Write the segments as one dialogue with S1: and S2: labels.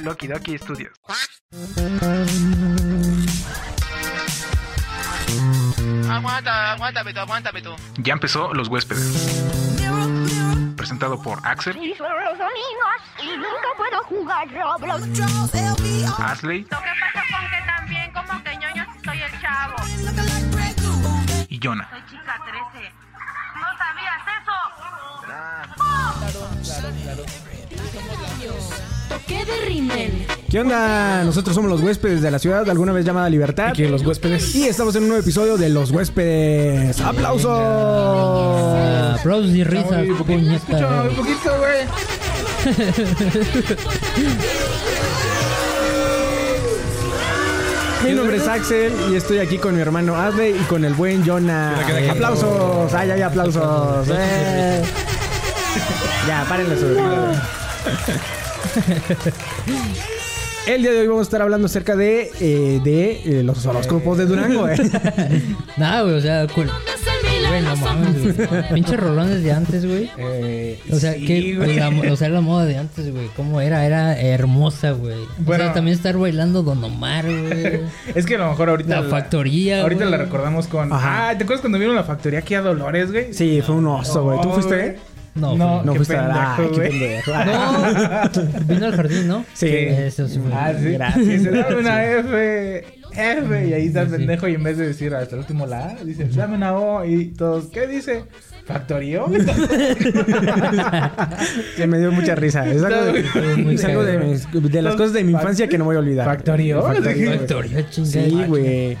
S1: Loki Doki Studios.
S2: Aguanta, aguántame tú, aguántame tú.
S1: Ya empezó Los Huéspedes. Presentado por Axel,
S3: y son los amigos y nunca puedo jugar Roblox.
S1: Asley
S4: Lo que pasa con que también como que ñoño soy el chavo.
S1: y Jonah.
S4: Soy chica 13. ¿No sabías eso?
S5: ¿Qué onda? Nosotros somos los huéspedes de la ciudad, alguna vez llamada Libertad.
S6: Aquí en Los Huéspedes.
S5: Y estamos en un nuevo episodio de Los Huéspedes. ¡Aplausos!
S7: Aplausos y risas,
S5: Ay, ¿por qué no me escucho?
S7: puñetas.
S5: Un poquito, güey. Mi nombre es Axel y estoy aquí con mi hermano Adley y con el buen Jonah. ¡Aplausos! ¡Ay, ay, aplausos! ¡Eh! Ya, párenle su El día de hoy vamos a estar hablando acerca de, eh, de eh, los horóscopos de Durango. eh.
S7: Nah, güey, o sea, cool. Güey, no mames, güey. Pinche rolones de antes, güey.
S6: Eh,
S7: O sea,
S6: sí,
S7: que
S6: güey.
S7: la, o sea, la moda de antes, güey. ¿Cómo era? Era hermosa, güey.
S6: Bueno.
S7: o sea, también estar bailando Don Omar, güey.
S6: Es que a lo mejor ahorita.
S7: La factoría,
S6: Ahorita
S7: güey.
S6: la recordamos con.
S5: Ajá.
S6: Ah, ¿te acuerdas cuando vieron la factoría aquí a Dolores, güey?
S5: Sí, fue un oso, güey. ¿Tú
S6: No,
S5: fuiste?
S7: No,
S6: no,
S5: No
S6: qué
S5: fuiste.
S6: pendejo,
S5: Ay, qué
S6: güey.
S5: pendejo.
S7: No, vino al jardín, ¿no?
S5: Sí.
S7: Eso sí, güey.
S6: Ah, sí.
S5: Gracias.
S6: Dice, dame una F. F. Y ahí está el
S7: Sí.
S6: pendejo. Y en vez de decir "Ah, hasta el último la A, dice, dame una O. Y todos, ¿qué dice? ¿Factorio?
S5: Que me dio mucha risa. Es algo de,
S7: Estuvo muy
S5: es algo de,
S7: cagado.
S5: mis- de las cosas de mi infancia que no voy a olvidar.
S6: Factorio.
S7: Factoría, Ah, chingada.
S5: Sí, güey.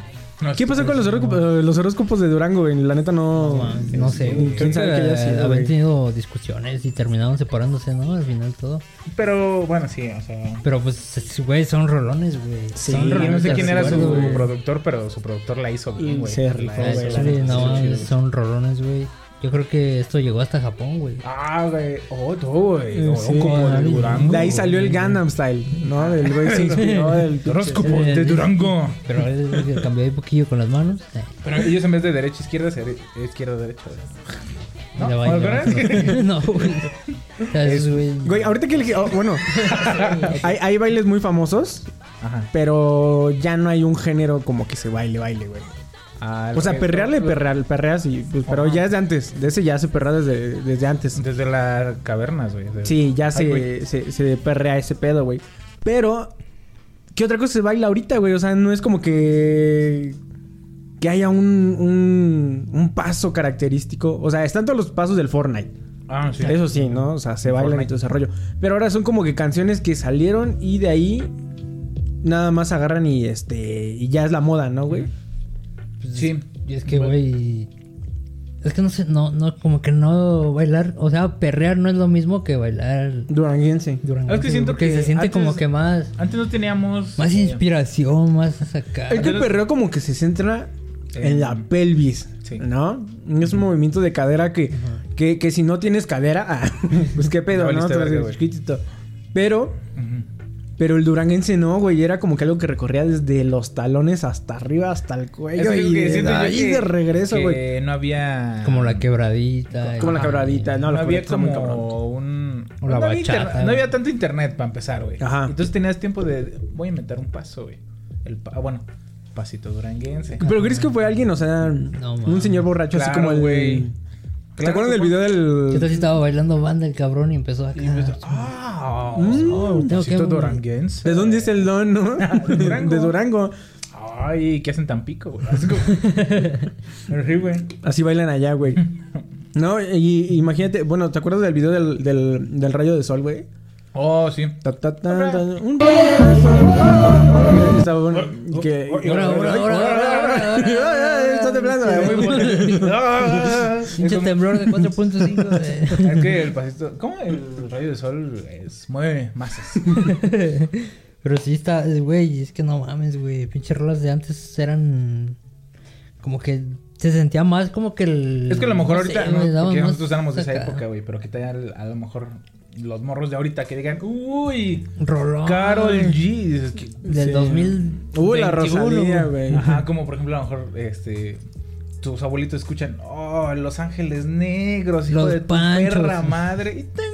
S5: ¿Qué pasó con los, horóscopos- los horóscopos de Durango, güey? La neta no...
S7: No, no sé, güey.
S5: ¿Quién sabe qué haya
S7: Creo que,
S5: sido,
S7: eh, habían
S5: güey?
S7: tenido discusiones y terminaron separándose, ¿no? Al final todo.
S6: Pero bueno, sí, o sea.
S7: Pero pues, güey, son rolones, güey.
S5: Sí,
S7: son
S6: Yo no sé
S7: de
S6: quién era su
S7: acuerdo, güey.
S6: productor, pero su productor la hizo bien, güey.
S5: Se
S6: La
S5: rifó,
S6: hizo,
S5: güey.
S6: la
S7: Sí,
S6: neta,
S7: no,
S6: sí, sí, sí.
S7: son rolones, güey. Yo creo que esto llegó hasta Japón, güey.
S6: Ah, güey. Oh, tú, güey. Oh,
S5: Sí,
S6: como de
S7: güey.
S6: Durango.
S5: De ahí salió el Gundam Style, ¿no? El güey se inspiró del...
S6: Horóscopo
S7: Eh,
S6: pues, de Durango.
S7: Pero él güey, que cambió ahí poquillo con las manos. eh,
S6: Pero ellos en vez de derecha izquierda, se izquierda derecha.
S7: y
S6: ¿No?
S7: la vaina,
S6: ¿Verdad?
S7: No, güey. O sea, esos, güey.
S5: Güey, ahorita que... le- oh, bueno, hay, hay bailes muy famosos,
S6: Ajá.
S5: pero ya no hay un género como que se baile, baile, güey. O sea, perrearle, perrear, perreas y... pues, pero
S6: Ah, Ajá.
S5: ya es de antes. De ese ya se perrea desde, desde antes.
S6: Desde las cavernas, güey. de-
S5: Sí, ya
S6: Ay, güey.
S5: se, se, se perrea ese pedo, güey. Pero, ¿qué otra cosa se baila ahorita, güey? O sea, no es como que. Que haya un, un, un paso característico. O sea, están todos los pasos del Fortnite.
S6: Ah, sí.
S5: Eso sí, ¿no? O sea, se bailan y
S6: Fortnite.
S5: todo ese rollo. Pero ahora son como que canciones que salieron y de ahí nada más agarran y este. Y ya es la moda, ¿no, güey?
S7: Pues,
S6: Sí.
S7: Y es que, güey. Es que no sé, no, no, como que no bailar. O sea, perrear no es lo mismo que bailar
S5: Duranguense.
S7: durante.
S6: Es que siento
S7: porque
S6: que
S7: se siente
S6: antes-
S7: como que más.
S6: Antes no teníamos.
S7: Más
S6: eh,
S7: inspiración, más sacar.
S5: Es que el Este perreo como que se centra en la pelvis,
S6: Sí.
S5: ¿no? Es un movimiento de cadera que, que, que si no tienes cadera, ah, pues qué pedo,
S6: Ya
S5: ¿no?
S6: valiste
S5: Todo
S6: verga,
S5: es
S6: güey.
S5: chiquitito. Pero,
S6: ujú.
S5: pero el duranguense no, güey, era como que algo que recorría desde los talones hasta arriba, hasta el
S6: Eso
S5: cuello.
S6: es lo
S5: Y
S6: que
S5: de
S6: siento yo
S5: ahí
S6: que-
S5: de regreso,
S6: que
S5: güey.
S6: No había.
S7: Como la quebradita.
S5: Como la
S7: Ajá,
S5: quebradita,
S6: No,
S5: no, la
S6: había
S5: correcta, muy cabrón.
S6: como un.
S7: O la
S6: no, había
S7: bachata,
S6: interna- no
S7: güey.
S6: había tanto internet para empezar, güey.
S5: Ajá.
S6: Entonces tenías tiempo de. Voy a inventar un paso, güey. El pa- ah, Bueno, pasito duranguense.
S5: Pero crees que fue alguien, o sea, un
S7: mames.
S5: señor borracho, así
S6: Claro,
S5: como el.
S6: güey.
S5: ¿Te
S6: Claro
S5: acuerdas
S6: que
S5: del
S6: fue-
S5: video
S7: ¿Qué tal si
S5: del.
S7: estaba bailando banda el cabrón y empezó acá?
S6: Y empezó, ¡Ah!
S5: Mm,
S6: oh,
S7: tengo
S6: pasito
S7: que-
S6: duranguense.
S5: ¿De dónde es el don, no?
S6: De Durango.
S5: De Durango.
S6: Ay, ¿qué hacen tan pico, güey? Así como- Sí, güey.
S5: Así bailan allá, güey. No, y, y imagínate, bueno, ¿te acuerdas del video del, del, del rayo de sol, güey?
S6: Oh, sí.
S5: Ta, ta, ta, ta, un rayo de sol. Estaba bueno. Que,
S7: Ahora, ahora, ahora, ahora, ahora, ahora.
S5: Está temblando.
S6: Muy bueno. Es
S7: Pinche
S6: como-
S7: temblor de 4.5. eh.
S6: Es que el pasito. ¿Cómo el rayo de sol es, mueve masas?
S7: Pero sí está, es- güey, es que no mames, güey. Pinches rolas de antes eran. Como que se sentía más como que el.
S6: Es que a lo
S7: no
S6: mejor ahorita
S7: sé,
S6: no,
S7: güey, daban
S6: porque
S7: más
S6: nosotros éramos de esa
S7: acá.
S6: época, güey, pero que tal a lo mejor los morros de ahorita que digan, uy,
S7: Rolón.
S6: Carol G. dices que-
S7: Del
S6: sí.
S7: 2000.
S5: Uh, la
S7: 21,
S5: Rosalía,
S7: güey.
S5: güey.
S6: Ajá, como por ejemplo a lo mejor este tus abuelitos escuchan, oh, Los Ángeles Negros, hijo
S7: Los
S6: de tu
S7: Panchos.
S6: perra madre. Y tan,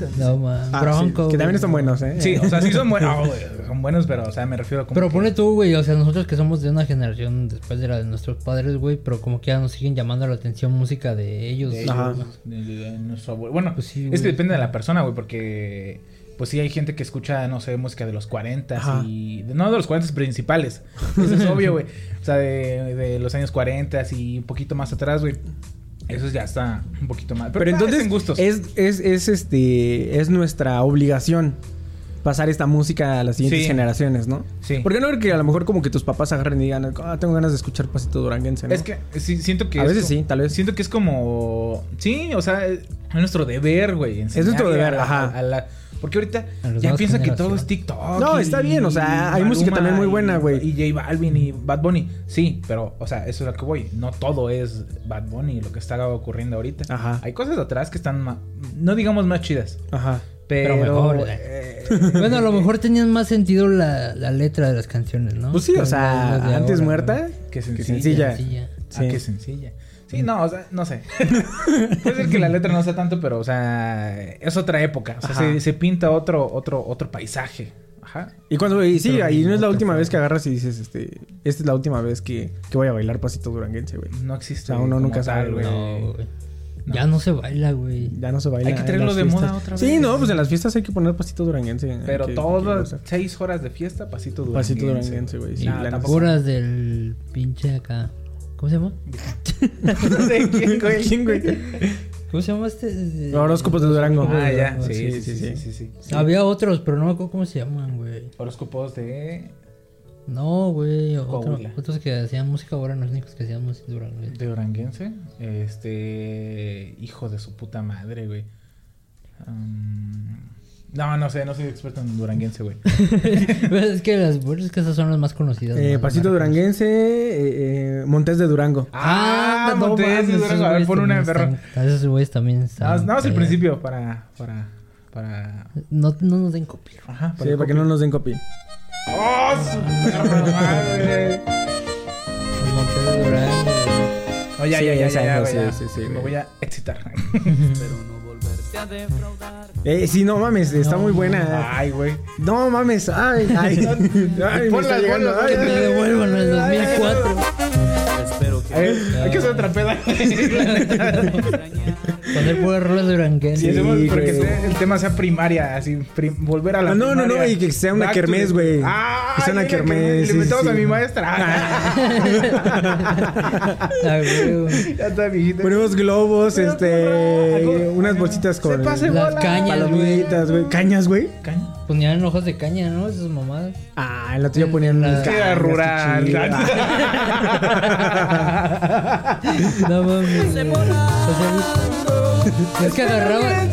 S6: tan, 90.
S7: No, man.
S5: Ah, sí,
S7: Bronco.
S5: que también
S7: güey.
S5: están buenos, ¿eh?
S6: Sí, o sea, sí son buenos. Ah, güey, son buenos, pero, o sea, me refiero a como.
S7: Pero
S6: que-
S7: ponle tú, güey, o sea, nosotros que somos de una generación después de la de nuestros padres, güey, pero como que ya nos siguen llamando la atención música de ellos.
S6: de
S5: Ajá.
S6: ellos, de- de- de nuestro abuelo. Bueno,
S7: Pues sí,
S6: es
S7: güey.
S6: que depende de la persona, güey, porque pues sí hay gente que escucha, no sé, música de los 40
S5: Ajá.
S6: y de- no de los 40 principales. Eso es obvio, güey. O sea, de, de los años 40 y un poquito más atrás, güey. Eso ya está un poquito más.
S5: Pero
S6: ah,
S5: entonces
S6: en gustos.
S5: Es, es, es, este es nuestra obligación pasar esta música a las siguientes
S6: Sí.
S5: generaciones, ¿no?
S6: Sí.
S5: Porque no creo que a lo mejor como que tus papás agarren y digan, ah, tengo ganas de escuchar pasito duranguense, ¿no?
S6: Es que sí, siento que.
S5: A
S6: es
S5: veces
S6: co-
S5: sí, tal vez.
S6: Siento que es como. Sí, o sea, es nuestro deber, güey. enseñarle
S5: nuestro deber,
S6: a la-
S5: ajá.
S6: a la- porque ahorita
S7: A las
S6: ya
S7: nuevas
S6: piensa que todo
S7: generaciones.
S6: es TikTok.
S5: No,
S6: y-
S5: está bien, o sea, hay
S6: y
S5: música
S6: Maluma
S5: también muy buena,
S6: y-
S5: güey.
S6: Y J Balvin y Bad Bunny. Sí, pero, o sea, eso es lo que voy. No todo es Bad Bunny lo que está ocurriendo ahorita.
S5: Ajá.
S6: Hay cosas atrás que están, ma- no digamos más chidas.
S5: Ajá.
S6: Pero,
S7: Pero mejor,
S6: eh,
S7: Bueno, a lo mejor tenían más sentido la, la letra de las canciones, ¿no?
S5: Pues sí, o sea,
S7: Las de
S5: antes
S7: ahora,
S5: muerta
S6: Qué
S5: que sencilla.
S6: sencilla.
S7: sencilla.
S5: Sí. Mm.
S6: Ah, qué sencilla. Sí, no, o sea, no sé. Puede ser que la letra no sea tanto, pero, o sea, es otra época. O sea,
S5: Ajá.
S6: se, se pinta otro, otro, otro paisaje. Ajá.
S5: Y cuando y sí,
S6: Pero
S5: ahí no es la
S6: no te
S5: última
S6: fue.
S5: vez que agarras y dices, este, esta es la última vez que, que voy a bailar pasito duranguense, güey.
S6: No existe.
S5: O sea, uno
S6: como
S5: nunca sabe, güey.
S7: No, güey. Ya no se baila, güey.
S5: eh, Ya no se baila.
S6: Hay que
S5: en
S6: traerlo
S5: las
S6: de moda
S5: fiestas.
S6: otra
S5: Sí,
S6: vez.
S5: no, pues en las fiestas hay que poner pasito duranguense. hay
S6: Pero
S5: que- hay que
S6: todas
S5: gozar.
S6: seis horas de fiesta, pasito duranguense.
S5: Pasito duranguense, güey, sí,
S6: Nah,
S5: la pues,
S6: tampoco.
S7: Puras del pinche acá. ¿Cómo se llama?
S6: ¿De quién, güey?
S5: ¿Quién, güey?
S7: ¿Cómo se llama este?
S5: Los horóscopos de Durango.
S6: Ah, ya.
S5: Sí,
S6: Sí,
S5: sí,
S6: sí, sí,
S5: sí.
S6: sí, sí, sí.
S7: Había otros, pero no me acuerdo cómo se llaman, güey.
S6: Horóscopos de,
S7: No, güey. otro-
S6: Coahuila.
S7: otros que hacían música ahora, los únicos que hacían música durango.
S6: de duranguense. Este. Hijo de su puta madre, güey. Um, no, no sé, no soy experto en duranguense, güey.
S7: es que las buenas que esas son las más conocidas. ¿no?
S5: Eh,
S7: Las
S5: pasito
S7: más reconocidas.
S5: duranguense, eh, eh, Montes de Durango.
S6: Ah,
S7: no
S6: Montes de
S7: mames,
S6: Durango. A ver,
S7: esos
S6: pon
S7: güeyes
S6: una de
S7: también
S6: perro.
S7: están- Esos güeyes también están.
S6: Nada más- nada más el
S7: callados.
S6: principio para. para. para.
S7: No, no nos den copia.
S6: Ajá,
S5: Sí, para que no nos den copia.
S6: ¡Oh, su perra madre! No, Oh, ya,
S5: Sí,
S6: ya, ya,
S5: esa
S6: ya,
S5: es,
S6: ya, güey, ya.
S5: sí, sí, sí,
S6: Me
S5: güey.
S6: voy a excitar.
S5: Eh, sí, no mames, está muy buena.
S6: Ay, güey.
S5: No mames, ay, ay. ay me
S6: Ponla,
S5: está llegando.
S6: ponla,
S5: ay,
S6: ponla.
S5: ay, ay,
S7: Devuelvan el 2004.
S6: A ver, hay
S5: Ah.
S6: que hacer otra peda.
S7: Poner puras rolas duranguenses.
S6: Si hacemos
S5: Sí,
S6: porque
S5: güey.
S6: sea- el tema sea primaria, así, prim- volver a la
S5: No, no, no,
S6: primaria.
S5: no, y que sea una
S6: Back to
S5: kermés,
S6: the-
S5: güey.
S6: Ah,
S5: Que sea una
S6: mira,
S5: kermés,
S6: Le
S5: sí,
S6: invitamos
S5: sí,
S6: a mi
S5: sí.
S6: maestra.
S7: Ah, güey.
S6: ya está, mijita.
S5: Ponemos globos,
S6: Pero,
S5: este.
S6: ¿cómo?
S5: Unas bolsitas
S6: Se
S5: con.
S6: pase
S7: Las
S6: bola.
S7: cañas, güey.
S5: Palomitas, güey. Cañas, güey.
S6: Caña.
S7: Ponían hojas de caña, ¿no? Esas mamadas.
S5: Ah, en la tuya ponían
S7: La-
S5: las.
S6: Que era
S5: cañas,
S6: rural.
S5: qué chido.
S7: No mames. güey. O sea, es que agarraban,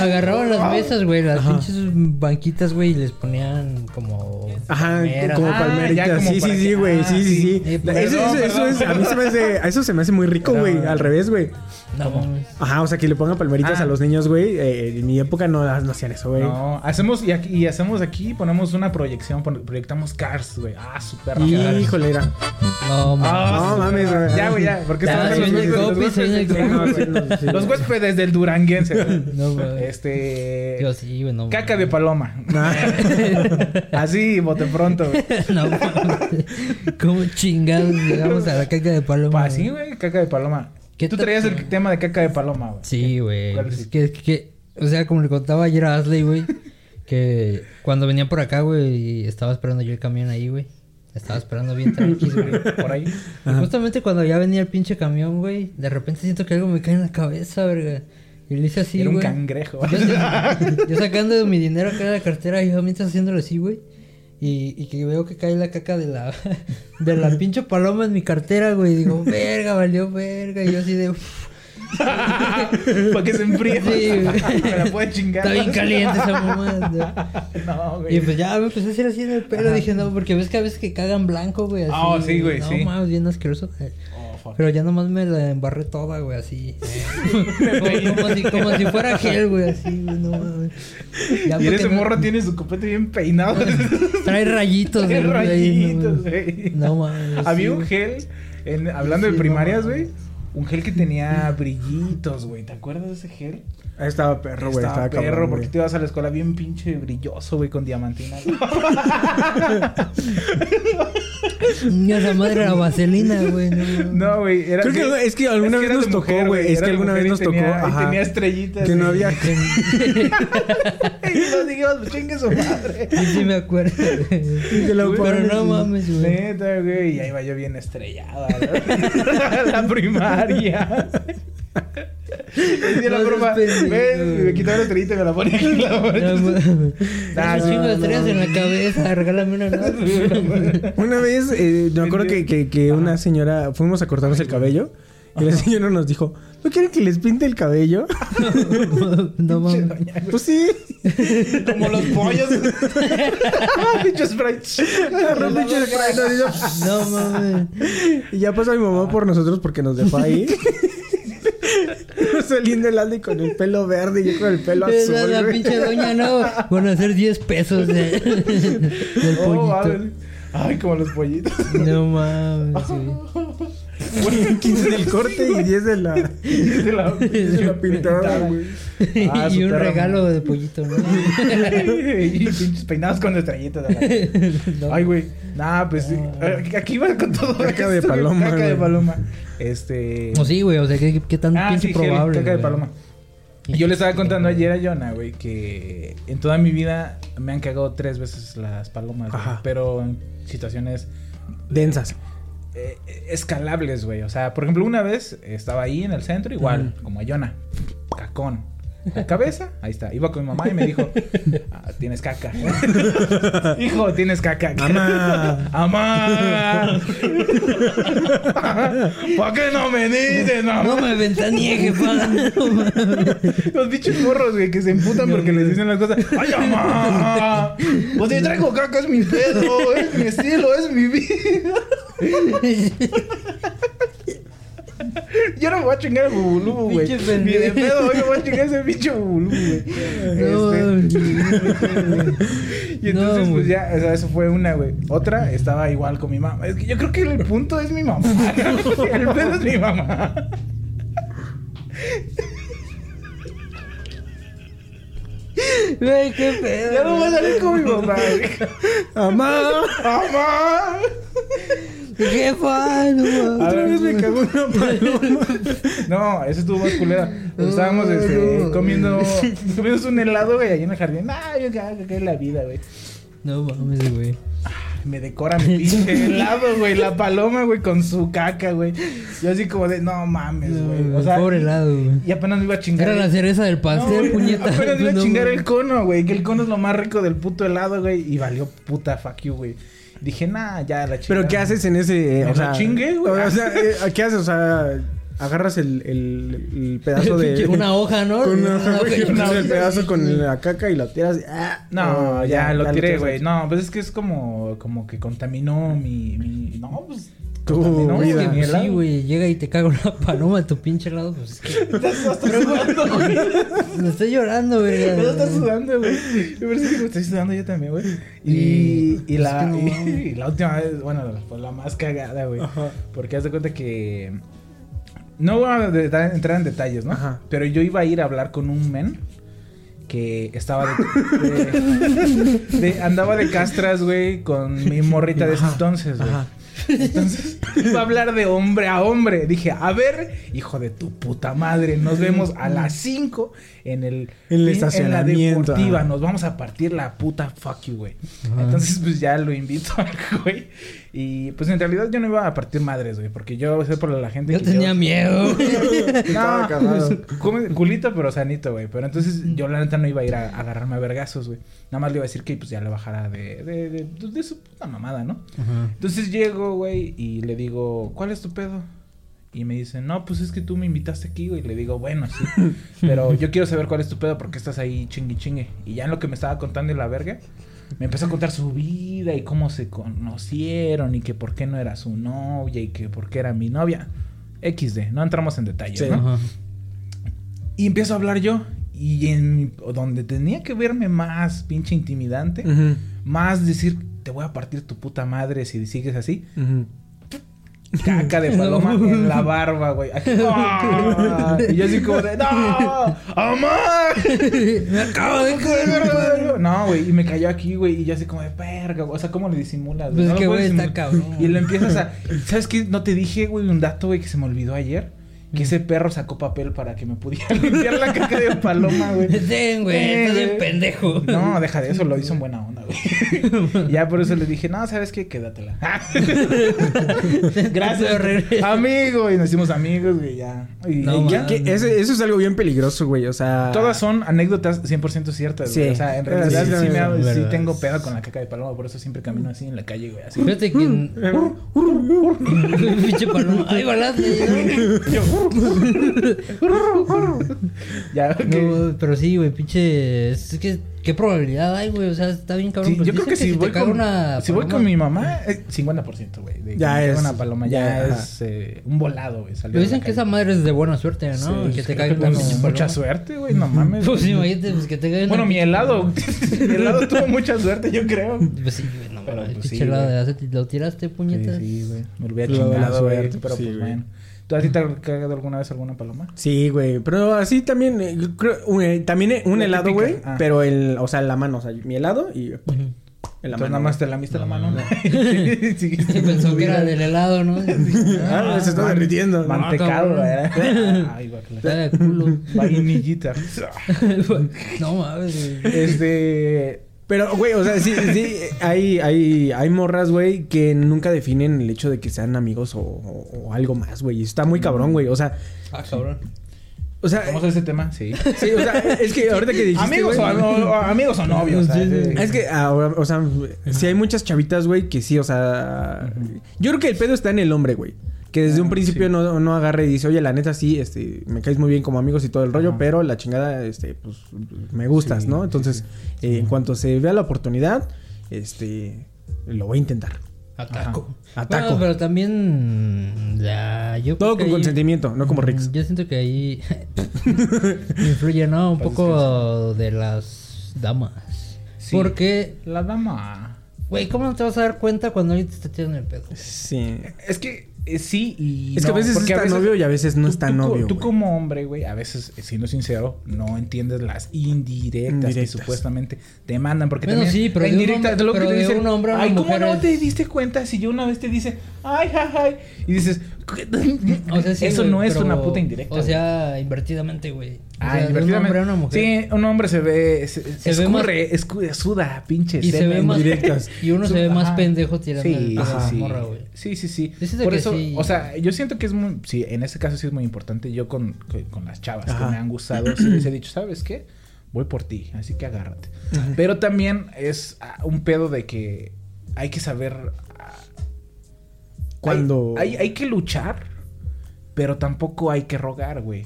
S7: agarraban las mesas, güey, las pinches banquitas, güey, y les ponían como.
S5: Ajá,
S7: palmeras.
S5: como
S6: Ah,
S5: palmeritas.
S6: ya como
S5: sí,
S6: para
S5: sí,
S6: que-
S5: sí, güey.
S6: ah,
S5: Sí, sí, sí.
S7: sí.
S5: Eso- eso,
S6: Perdón,
S5: eso es,
S6: perdón.
S5: a mí se me hace, a eso se me hace muy rico, güey. Al revés, güey.
S7: No mames.
S5: Ajá, o sea, que le pongan palmeritas
S6: Ah.
S5: a los niños, güey. Eh, en mi época no, no hacían eso, güey.
S6: No, hacemos y, aquí, y hacemos aquí, ponemos una proyección, pon- proyectamos Cars, güey. Ah, super
S5: Híjole, era.
S7: No
S5: No
S7: mames.
S6: Ah,
S5: mames, güey.
S6: Ya, güey, ya. Porque
S7: Ya,
S6: estamos en
S7: soy
S6: los
S7: el
S6: huéspedes, los
S7: Gopi, soy el
S6: huéspedes del-
S7: Gopi.
S6: no, güey,
S5: Sí.
S6: Los huéspedes del Duranguense. güey.
S7: No mames.
S6: Este.
S7: Yo sí, güey, no.
S6: Caca de paloma.
S5: Ah,
S6: Así, bote pronto. güey.
S7: No mames. ¿Cómo chingados llegamos a la caca de paloma?
S6: Pa, Así, güey, caca de paloma.
S7: ¿Qué
S6: Tú
S7: tal-
S6: traías el tema de caca de paloma, güey.
S7: Sí, güey.
S6: ¿Cuál es?
S7: Es que, es que- o sea, como le contaba ayer a Asley, güey, que cuando venía por acá, güey, y estaba esperando yo el camión ahí, güey. Estaba esperando bien tranquilo, güey.
S6: Por ahí.
S7: Y justamente cuando ya venía el pinche camión, güey, de repente siento que algo me cae en la cabeza, verga. Y le hice así,
S6: Era un
S7: güey.
S6: cangrejo.
S7: Yo, sa- yo sacando mi dinero acá de la cartera y yo mientras haciéndolo así, güey. Y, y que veo que cae la caca de la de la pinche paloma en mi cartera, güey. Y digo, verga, valió verga. Y yo así de. "Uf,
S6: Para que se enfríe.
S7: Sí, güey.
S6: Me la puede chingar.
S7: está bien caliente esa mamada.
S6: No, güey.
S7: Y pues ya me empecé a hacer así en el pelo. Dije, no, porque ves que a veces que cagan blanco, güey. Así,
S6: Ah, sí, güey,
S7: No
S6: sí.
S7: mames, bien asqueroso.
S6: Oh, fuck.
S7: Pero ya nomás me la embarré toda, güey, así. eh. como, como si, como si fuera gel, güey, así, güey, no mames. Ya
S6: Y en
S7: porque
S6: ese
S7: no-
S6: morro tiene su copete bien peinado.
S7: Trae rayitos,
S6: Trae
S7: güey, ahí, no
S6: rayitos,
S7: mames.
S6: güey.
S7: No mames.
S6: Había
S7: sí,
S6: un
S7: güey.
S6: gel, en- hablando
S7: Sí,
S6: de
S7: no
S6: primarias,
S7: mames.
S6: güey. Un gel que tenía brillitos, güey. ¿Te acuerdas de ese gel?
S5: Estaba perro, güey.
S6: estaba
S5: Estaba,
S6: perro,
S5: cabrón,
S6: porque
S5: güey.
S6: te ibas a la escuela bien pinche brilloso, güey, con diamantina. güey.
S7: Niña, esa madre era vaselina, güey. No,
S6: No, güey, era
S5: Creo que, güey, es que alguna vez
S6: era
S5: nos
S6: de
S5: tocó,
S6: mujer,
S5: güey, es
S6: era
S5: que
S6: de
S5: alguna
S6: mujer
S5: vez
S6: y
S5: nos tocó,
S6: tenía- y
S5: ajá.
S6: tenía estrellitas.
S5: Que no
S6: güey.
S5: había.
S6: Y nos dijimos, chingue su madre.
S7: Sí, sí me acuerdo. güey.
S5: que la
S7: Pero
S5: ocuparon
S7: no
S5: en-
S7: mames, güey.
S6: Neta, güey. Y ahí va yo bien estrellada, ¿no? La primaria. Decía
S7: No
S6: la
S7: seas
S6: broma.
S7: pendejo,
S6: Ven, y me
S7: güey.
S6: quitaba la estrellita y me la ponía aquí en la
S7: No
S6: bolsa.
S7: mames.
S6: Nah,
S7: Esos chingos
S6: no,
S7: de estrellas en la cabeza, regálame una, ¿no?
S5: Una vez, eh, me acuerdo que, que- que una señora, fuimos a cortarnos el cabello y la señora nos dijo, ¿no quieren que les pinte el cabello?
S7: No mames.
S5: pues sí.
S6: Como los pollos. Pinche Sprite.
S5: Agarró un pinche spray, nos hizo-
S7: No mames.
S5: Y ya pasó mi
S6: Ah.
S5: mamá por nosotros porque nos dejó ahí. Saliendo el Aldi con el pelo verde y yo con el pelo
S7: Es
S5: azul.
S7: la, la
S5: güey.
S7: pinche doña, no. Van a ser 10 pesos de- del
S6: Oh,
S7: pollito.
S6: mames. Ay, como los pollitos.
S7: No mames, güey.
S5: 15 del corte y 10 de la, de
S6: De la, de
S5: la pintada, güey.
S6: Ah,
S7: y
S6: su
S7: un
S6: perra,
S7: regalo de pollito, ¿no?
S6: y pinches peinados con estrellitas. de la-
S7: No. Ah.
S6: Ay, güey. Nah, pues sí. Eh, aquí iba con todo.
S5: Caca de
S6: esto, güey.
S5: paloma,
S6: Caca de
S5: güey.
S6: paloma. Este.
S7: No, sí, güey, o sea, qué, qué tan
S6: Ah,
S7: pinche
S6: sí,
S7: probable.
S6: probable, caca
S7: güey.
S6: de
S7: este,
S6: paloma. Y Yo le estaba contando ayer a Jonah, güey, que en toda mi vida me han cagado tres veces las palomas, güey,
S5: Ajá.
S6: pero en situaciones
S5: Densas.
S6: eh, escalables, güey. O sea, por ejemplo, una vez estaba ahí en el centro, igual, como a Jonah, cacón. La cabeza, ahí está. Iba con mi mamá y me dijo, "Ah, tienes caca. Hijo, tienes caca.
S5: Mamá.
S6: Amá. ¿Por qué no me dices, mamá?
S7: No me ventaneé, jefa. No mames.
S6: Los bichos morros, güey, que se emputan porque les dicen las cosas. ¡Ay, mamá! Pues si traigo caca, es mi pedo, es mi estilo, es mi vida. Yo no me voy a chingar el bubulú, güey.
S7: Pinche pendejo.
S6: Ni de pedo, hoy me voy a chingar ese pinche bubulú, güey.
S7: No,
S6: Este,
S7: güey.
S6: y entonces,
S7: No,
S6: pues
S7: güey.
S6: ya, o sea, eso fue una, güey. Otra estaba igual con mi mamá. Es que yo creo que el punto es mi mamá. el pedo es mi mamá.
S7: Güey, qué pedo.
S6: Ya no voy a salir con mi mamá, güey.
S5: ¡Amá!
S6: ¡Mamá!
S7: Jefa, no mames.
S5: Otra vez me cagó una paloma.
S6: No, eso estuvo más culera. Pues estábamos este,
S7: No.
S6: comiendo comimos un helado, güey, allí en el jardín. Ah, yo cago, que es la vida, güey.
S7: No mames, güey.
S6: Me decora mi pinche helado, güey. La paloma, güey, con su caca, güey. Yo así como de, no mames, güey. O sea,
S7: Pobre helado, güey.
S6: y apenas me iba a chingar.
S7: Era la
S6: el-
S7: cereza del
S6: No,
S7: pastel,
S6: güey,
S7: puñeta.
S6: Apenas me iba a
S7: No,
S6: chingar
S7: güey.
S6: el cono, güey. Que el cono es lo más rico del puto helado, güey. Y valió puta fuck you, güey. Dije, nah, ya la chingada.
S5: Pero ¿qué haces en ese. eh,
S6: Me
S5: o sea,
S6: lo chingué, güey.
S5: O sea, eh, ¿qué haces? O sea, agarras el, el, el pedazo de.
S7: Una hoja, ¿no?
S5: Con una
S7: Ah,
S5: hoja, güey,
S7: güey.
S5: pones el pedazo con la caca y lo tiras. Ah,
S6: No,
S5: ah,
S6: ya, lo tiré,
S5: tiras.
S6: güey. No, pues es que es como, como que contaminó mi, mi. No, pues.
S5: Tu
S6: contaminó
S5: vida.
S6: mi
S7: Que, pues,
S6: helado.
S7: sí, güey, llega y te caga una paloma en tu pinche helado, pues es que
S6: Estás hasta sudando, güey.
S7: me estoy llorando, güey.
S6: Pero estás sudando, güey. Me parece que me estoy sudando yo también, güey. Y,
S7: Sí,
S6: y
S7: es
S6: la,
S7: que no
S6: y,
S7: mames.
S6: la última vez, bueno, pues la más cagada, güey.
S5: Ajá.
S6: Porque haz de cuenta que. No voy a de- da- entrar en detalles, ¿no?
S5: Ajá.
S6: Pero yo iba a ir a hablar con un men que estaba de, de- de- andaba de castras, güey, con mi morrita de ese entonces, güey. Entonces, iba a hablar de hombre a hombre. Dije, a ver, hijo de tu puta madre, nos vemos a las 5 en el
S5: En el
S6: En la
S5: estacionamiento,
S6: deportiva,
S5: ajá.
S6: nos vamos a partir la puta fuck you, güey. Entonces, pues ya lo invito al güey. Y pues en realidad yo no iba a partir madres, güey, porque yo sé por la gente
S7: Yo
S6: que
S7: tenía miedo.
S5: Estaba cagado.
S6: pues, come- culito pero sanito, güey. Pero entonces yo la neta no iba a ir a, a agarrarme a vergazos, güey. Nada más le iba a decir que pues ya le bajara de, de, de- de- de su puta mamada, ¿no? Entonces llego, güey, y le digo, ¿cuál es tu pedo? Y me dice, no, pues es que tú me invitaste aquí, güey. Y le digo, bueno, sí. Pero yo quiero saber cuál es tu pedo, porque estás ahí chingui chingue. Y ya en lo que me estaba contando en la verga, me empezó a contar su vida y cómo se conocieron y que por qué no era su novia y que por qué era mi novia. XD, no entramos en detalles,
S5: Sí.
S6: ¿no?
S7: Ajá.
S6: Y empiezo a hablar yo. Y en mi- donde tenía que verme más pinche intimidante,
S5: Ujú,
S6: más decir, te voy a partir tu puta madre si sigues así.
S5: ujú.
S6: caca de paloma en la barba, güey. Aquí, ¡ah! Y yo así como de, ¡no! ¡Amá!
S7: Me acabo de
S6: Verga, No, güey, y me cayó aquí, güey, y yo así como de verga, güey. O sea, ¿cómo le disimulas?
S7: Pues
S6: no
S7: que,
S6: lo puedes
S7: güey, está
S6: disimular.
S7: cabrón.
S6: Y lo empiezas a. ¿Sabes qué? No te dije, güey, un dato, güey, que se me olvidó ayer. Que ese perro sacó papel para que me pudiera limpiar la caca de paloma, güey.
S7: Ten, güey,
S6: Eh,
S7: estás
S6: güey.
S7: bien pendejo.
S6: No, deja de eso, lo hizo en buena onda, güey. ya por eso le dije, no, ¿sabes qué? Quédatela.
S7: Pero regresa.
S6: Amigo, y nos hicimos amigos, güey, ya. Y,
S7: No,
S6: y ya.
S7: mames.
S5: Que ese- eso es algo bien peligroso, güey. O sea.
S6: Todas son anécdotas 100% ciertas, güey.
S5: Sí.
S6: O sea, en realidad
S5: Sí,
S6: sí,
S5: sí,
S6: me ha-
S8: sí,
S6: sí
S8: verdad.
S6: tengo pedo con la caca de paloma, por eso siempre camino así en la calle, güey. Así.
S7: Fíjate que.
S6: eh,
S7: Pinche paloma. Ay, balazo. ¿no?
S6: Ya, ok.
S7: No, pero sí, güey, pinche. Es que, ¿qué probabilidad hay, güey? O sea, está bien cabrón.
S6: Sí,
S7: pero
S6: yo creo
S7: pues dicen
S6: que si,
S7: te
S6: voy,
S7: caga
S6: con,
S7: una
S6: si voy
S7: paloma-
S6: con mi mamá, eh, 50%, güey. de que
S5: Ya
S6: me caiga
S5: es-
S6: Una paloma ya,
S5: ya, ajá.
S6: es eh, un volado, güey. salió
S7: Pero
S6: de
S7: pues dicen
S6: la
S7: que esa
S6: calle.
S7: madre es de buena suerte, ¿no?
S6: Sí,
S7: que
S6: sí,
S7: te caiga
S6: pues,
S7: una pinche
S6: Mucha
S7: paloma.
S6: suerte, güey, no mames.
S7: Pues imagínate, pues que te caiga una
S6: bueno, mi
S7: pinche
S6: helado.
S7: paloma.
S6: mi helado tuvo mucha suerte, yo creo.
S7: Pues sí, güey, no
S6: Pero,
S7: mames.
S6: pues,
S7: pinche
S6: sí,
S7: helado
S6: güey.
S7: de aceite, Lo tiraste, puñetas.
S6: Sí, sí, güey. Me lo hubiera
S5: Lo de la
S6: chingado, güey.
S5: suerte,
S6: Pero
S8: sí,
S6: pues
S8: güey.
S6: bueno. ¿Tú a ti te ha cagado alguna vez alguna paloma?
S5: Sí, güey. Pero así también. eh, yo creo- un- eh, también eh, un
S6: La
S5: helado,
S6: típica.
S5: güey.
S6: Ah.
S5: Pero el. O sea, la mano. O sea, mi helado y. En la
S6: Entonces
S5: mano.
S6: Pues nada más te lamiste la mano. Sí, sí,
S7: Y pensó que era del helado, ¿no?
S5: Ah, se está
S6: man-
S5: derritiendo.
S6: Mantecado,
S7: cabrón.
S6: ¿eh? Ay, guacala.
S7: Está de culo.
S6: Vainillita.
S7: No mames, güey.
S6: Este.
S5: Pero, güey, o sea, sí, sí, hay, hay, hay morras, güey, que nunca definen el hecho de que sean amigos o, o- o algo más, güey. Y Está muy cabrón, güey. O sea,
S7: Ah, cabrón.
S5: o sea,
S6: ¿Vamos a ese tema? Sí.
S5: sí, o sea, es que ahorita que dijiste,
S6: amigos, o,
S5: güey,
S6: o- o amigos o novios.
S7: Sí, sí.
S6: ¿sabes?
S5: Es que, ahora, o sea, sí hay muchas chavitas, güey, que sí, o sea... Yo creo que el pedo está en el hombre, güey. Que desde un
S6: Ah,
S5: principio
S6: sí.
S5: no, no agarre y dice, oye, la neta sí, este, me caes muy bien como amigos y todo el rollo,
S6: Ajá.
S5: pero la chingada, este, pues, me gustas,
S6: Sí,
S5: ¿no?
S6: sí,
S5: Entonces, eh, en cuanto se vea la oportunidad, este, lo voy a intentar.
S7: Ataco.
S5: Ajá. Ataco.
S7: Bueno, pero también. mm, Ya, yo creo
S5: Todo
S7: que
S5: con
S7: ahí-
S5: consentimiento, no como Rix.
S7: Mm, Yo siento que ahí. influye, ¿no? Un
S6: Pues es
S7: poco de las damas.
S6: Sí.
S7: Porque,
S6: La dama.
S7: güey, ¿cómo no te vas a dar cuenta cuando alguien te está tirando el pedo?
S5: Sí.
S6: Es que eh, sí y.
S5: Es que a
S6: no,
S5: veces
S6: porque
S5: está novio y a veces no
S6: tú-
S5: está
S6: tú co-
S5: novio,
S6: Tú,
S5: güey.
S6: como hombre, güey, a veces, eh, siendo sincero, no entiendes las indirectas, que
S5: Indirectas.
S6: supuestamente te mandan. Porque
S7: Bueno,
S6: también
S7: sí, pero
S6: la
S7: de un
S6: indirecta
S7: hombre-
S6: es lo que
S7: pero
S6: te
S7: de
S6: dicen.
S7: un hombre a una
S6: ay, ¿cómo
S7: mujer
S6: no
S7: es-
S6: te diste cuenta si yo una vez te dice, ay, ay, ay? Y dices,
S7: O sea, sí,
S6: eso
S7: güey,
S6: no es
S7: pero-
S6: una puta indirecta.
S7: O
S6: güey".
S7: sea, invertidamente, güey. O
S6: Ah,
S7: sea, de
S6: divertidamente.
S7: Un hombre a una mujer.
S6: Sí, un hombre se ve. Se,
S7: Se ve
S6: escurre, escu- suda, pinche.
S7: Y se ve
S6: semen.
S7: más. Y uno se ve más
S6: Ajá.
S7: pendejo tirando el
S6: Sí,
S7: pedo a la
S6: sí,
S7: morra, güey.
S6: sí, sí, sí.
S7: Yo siento
S6: Por
S7: que
S6: eso,
S7: sí.
S6: o sea, yo siento que es muy, sí, en este caso sí es muy importante. Yo con, con- con las chavas
S5: Ajá.
S6: que me han gustado, sí les he dicho, ¿sabes qué? Voy por ti, así que agárrate. Pero también es ah, un pedo de que hay que saber ah,
S5: Cuando...
S6: hay, hay, hay que luchar, pero tampoco hay que rogar, güey.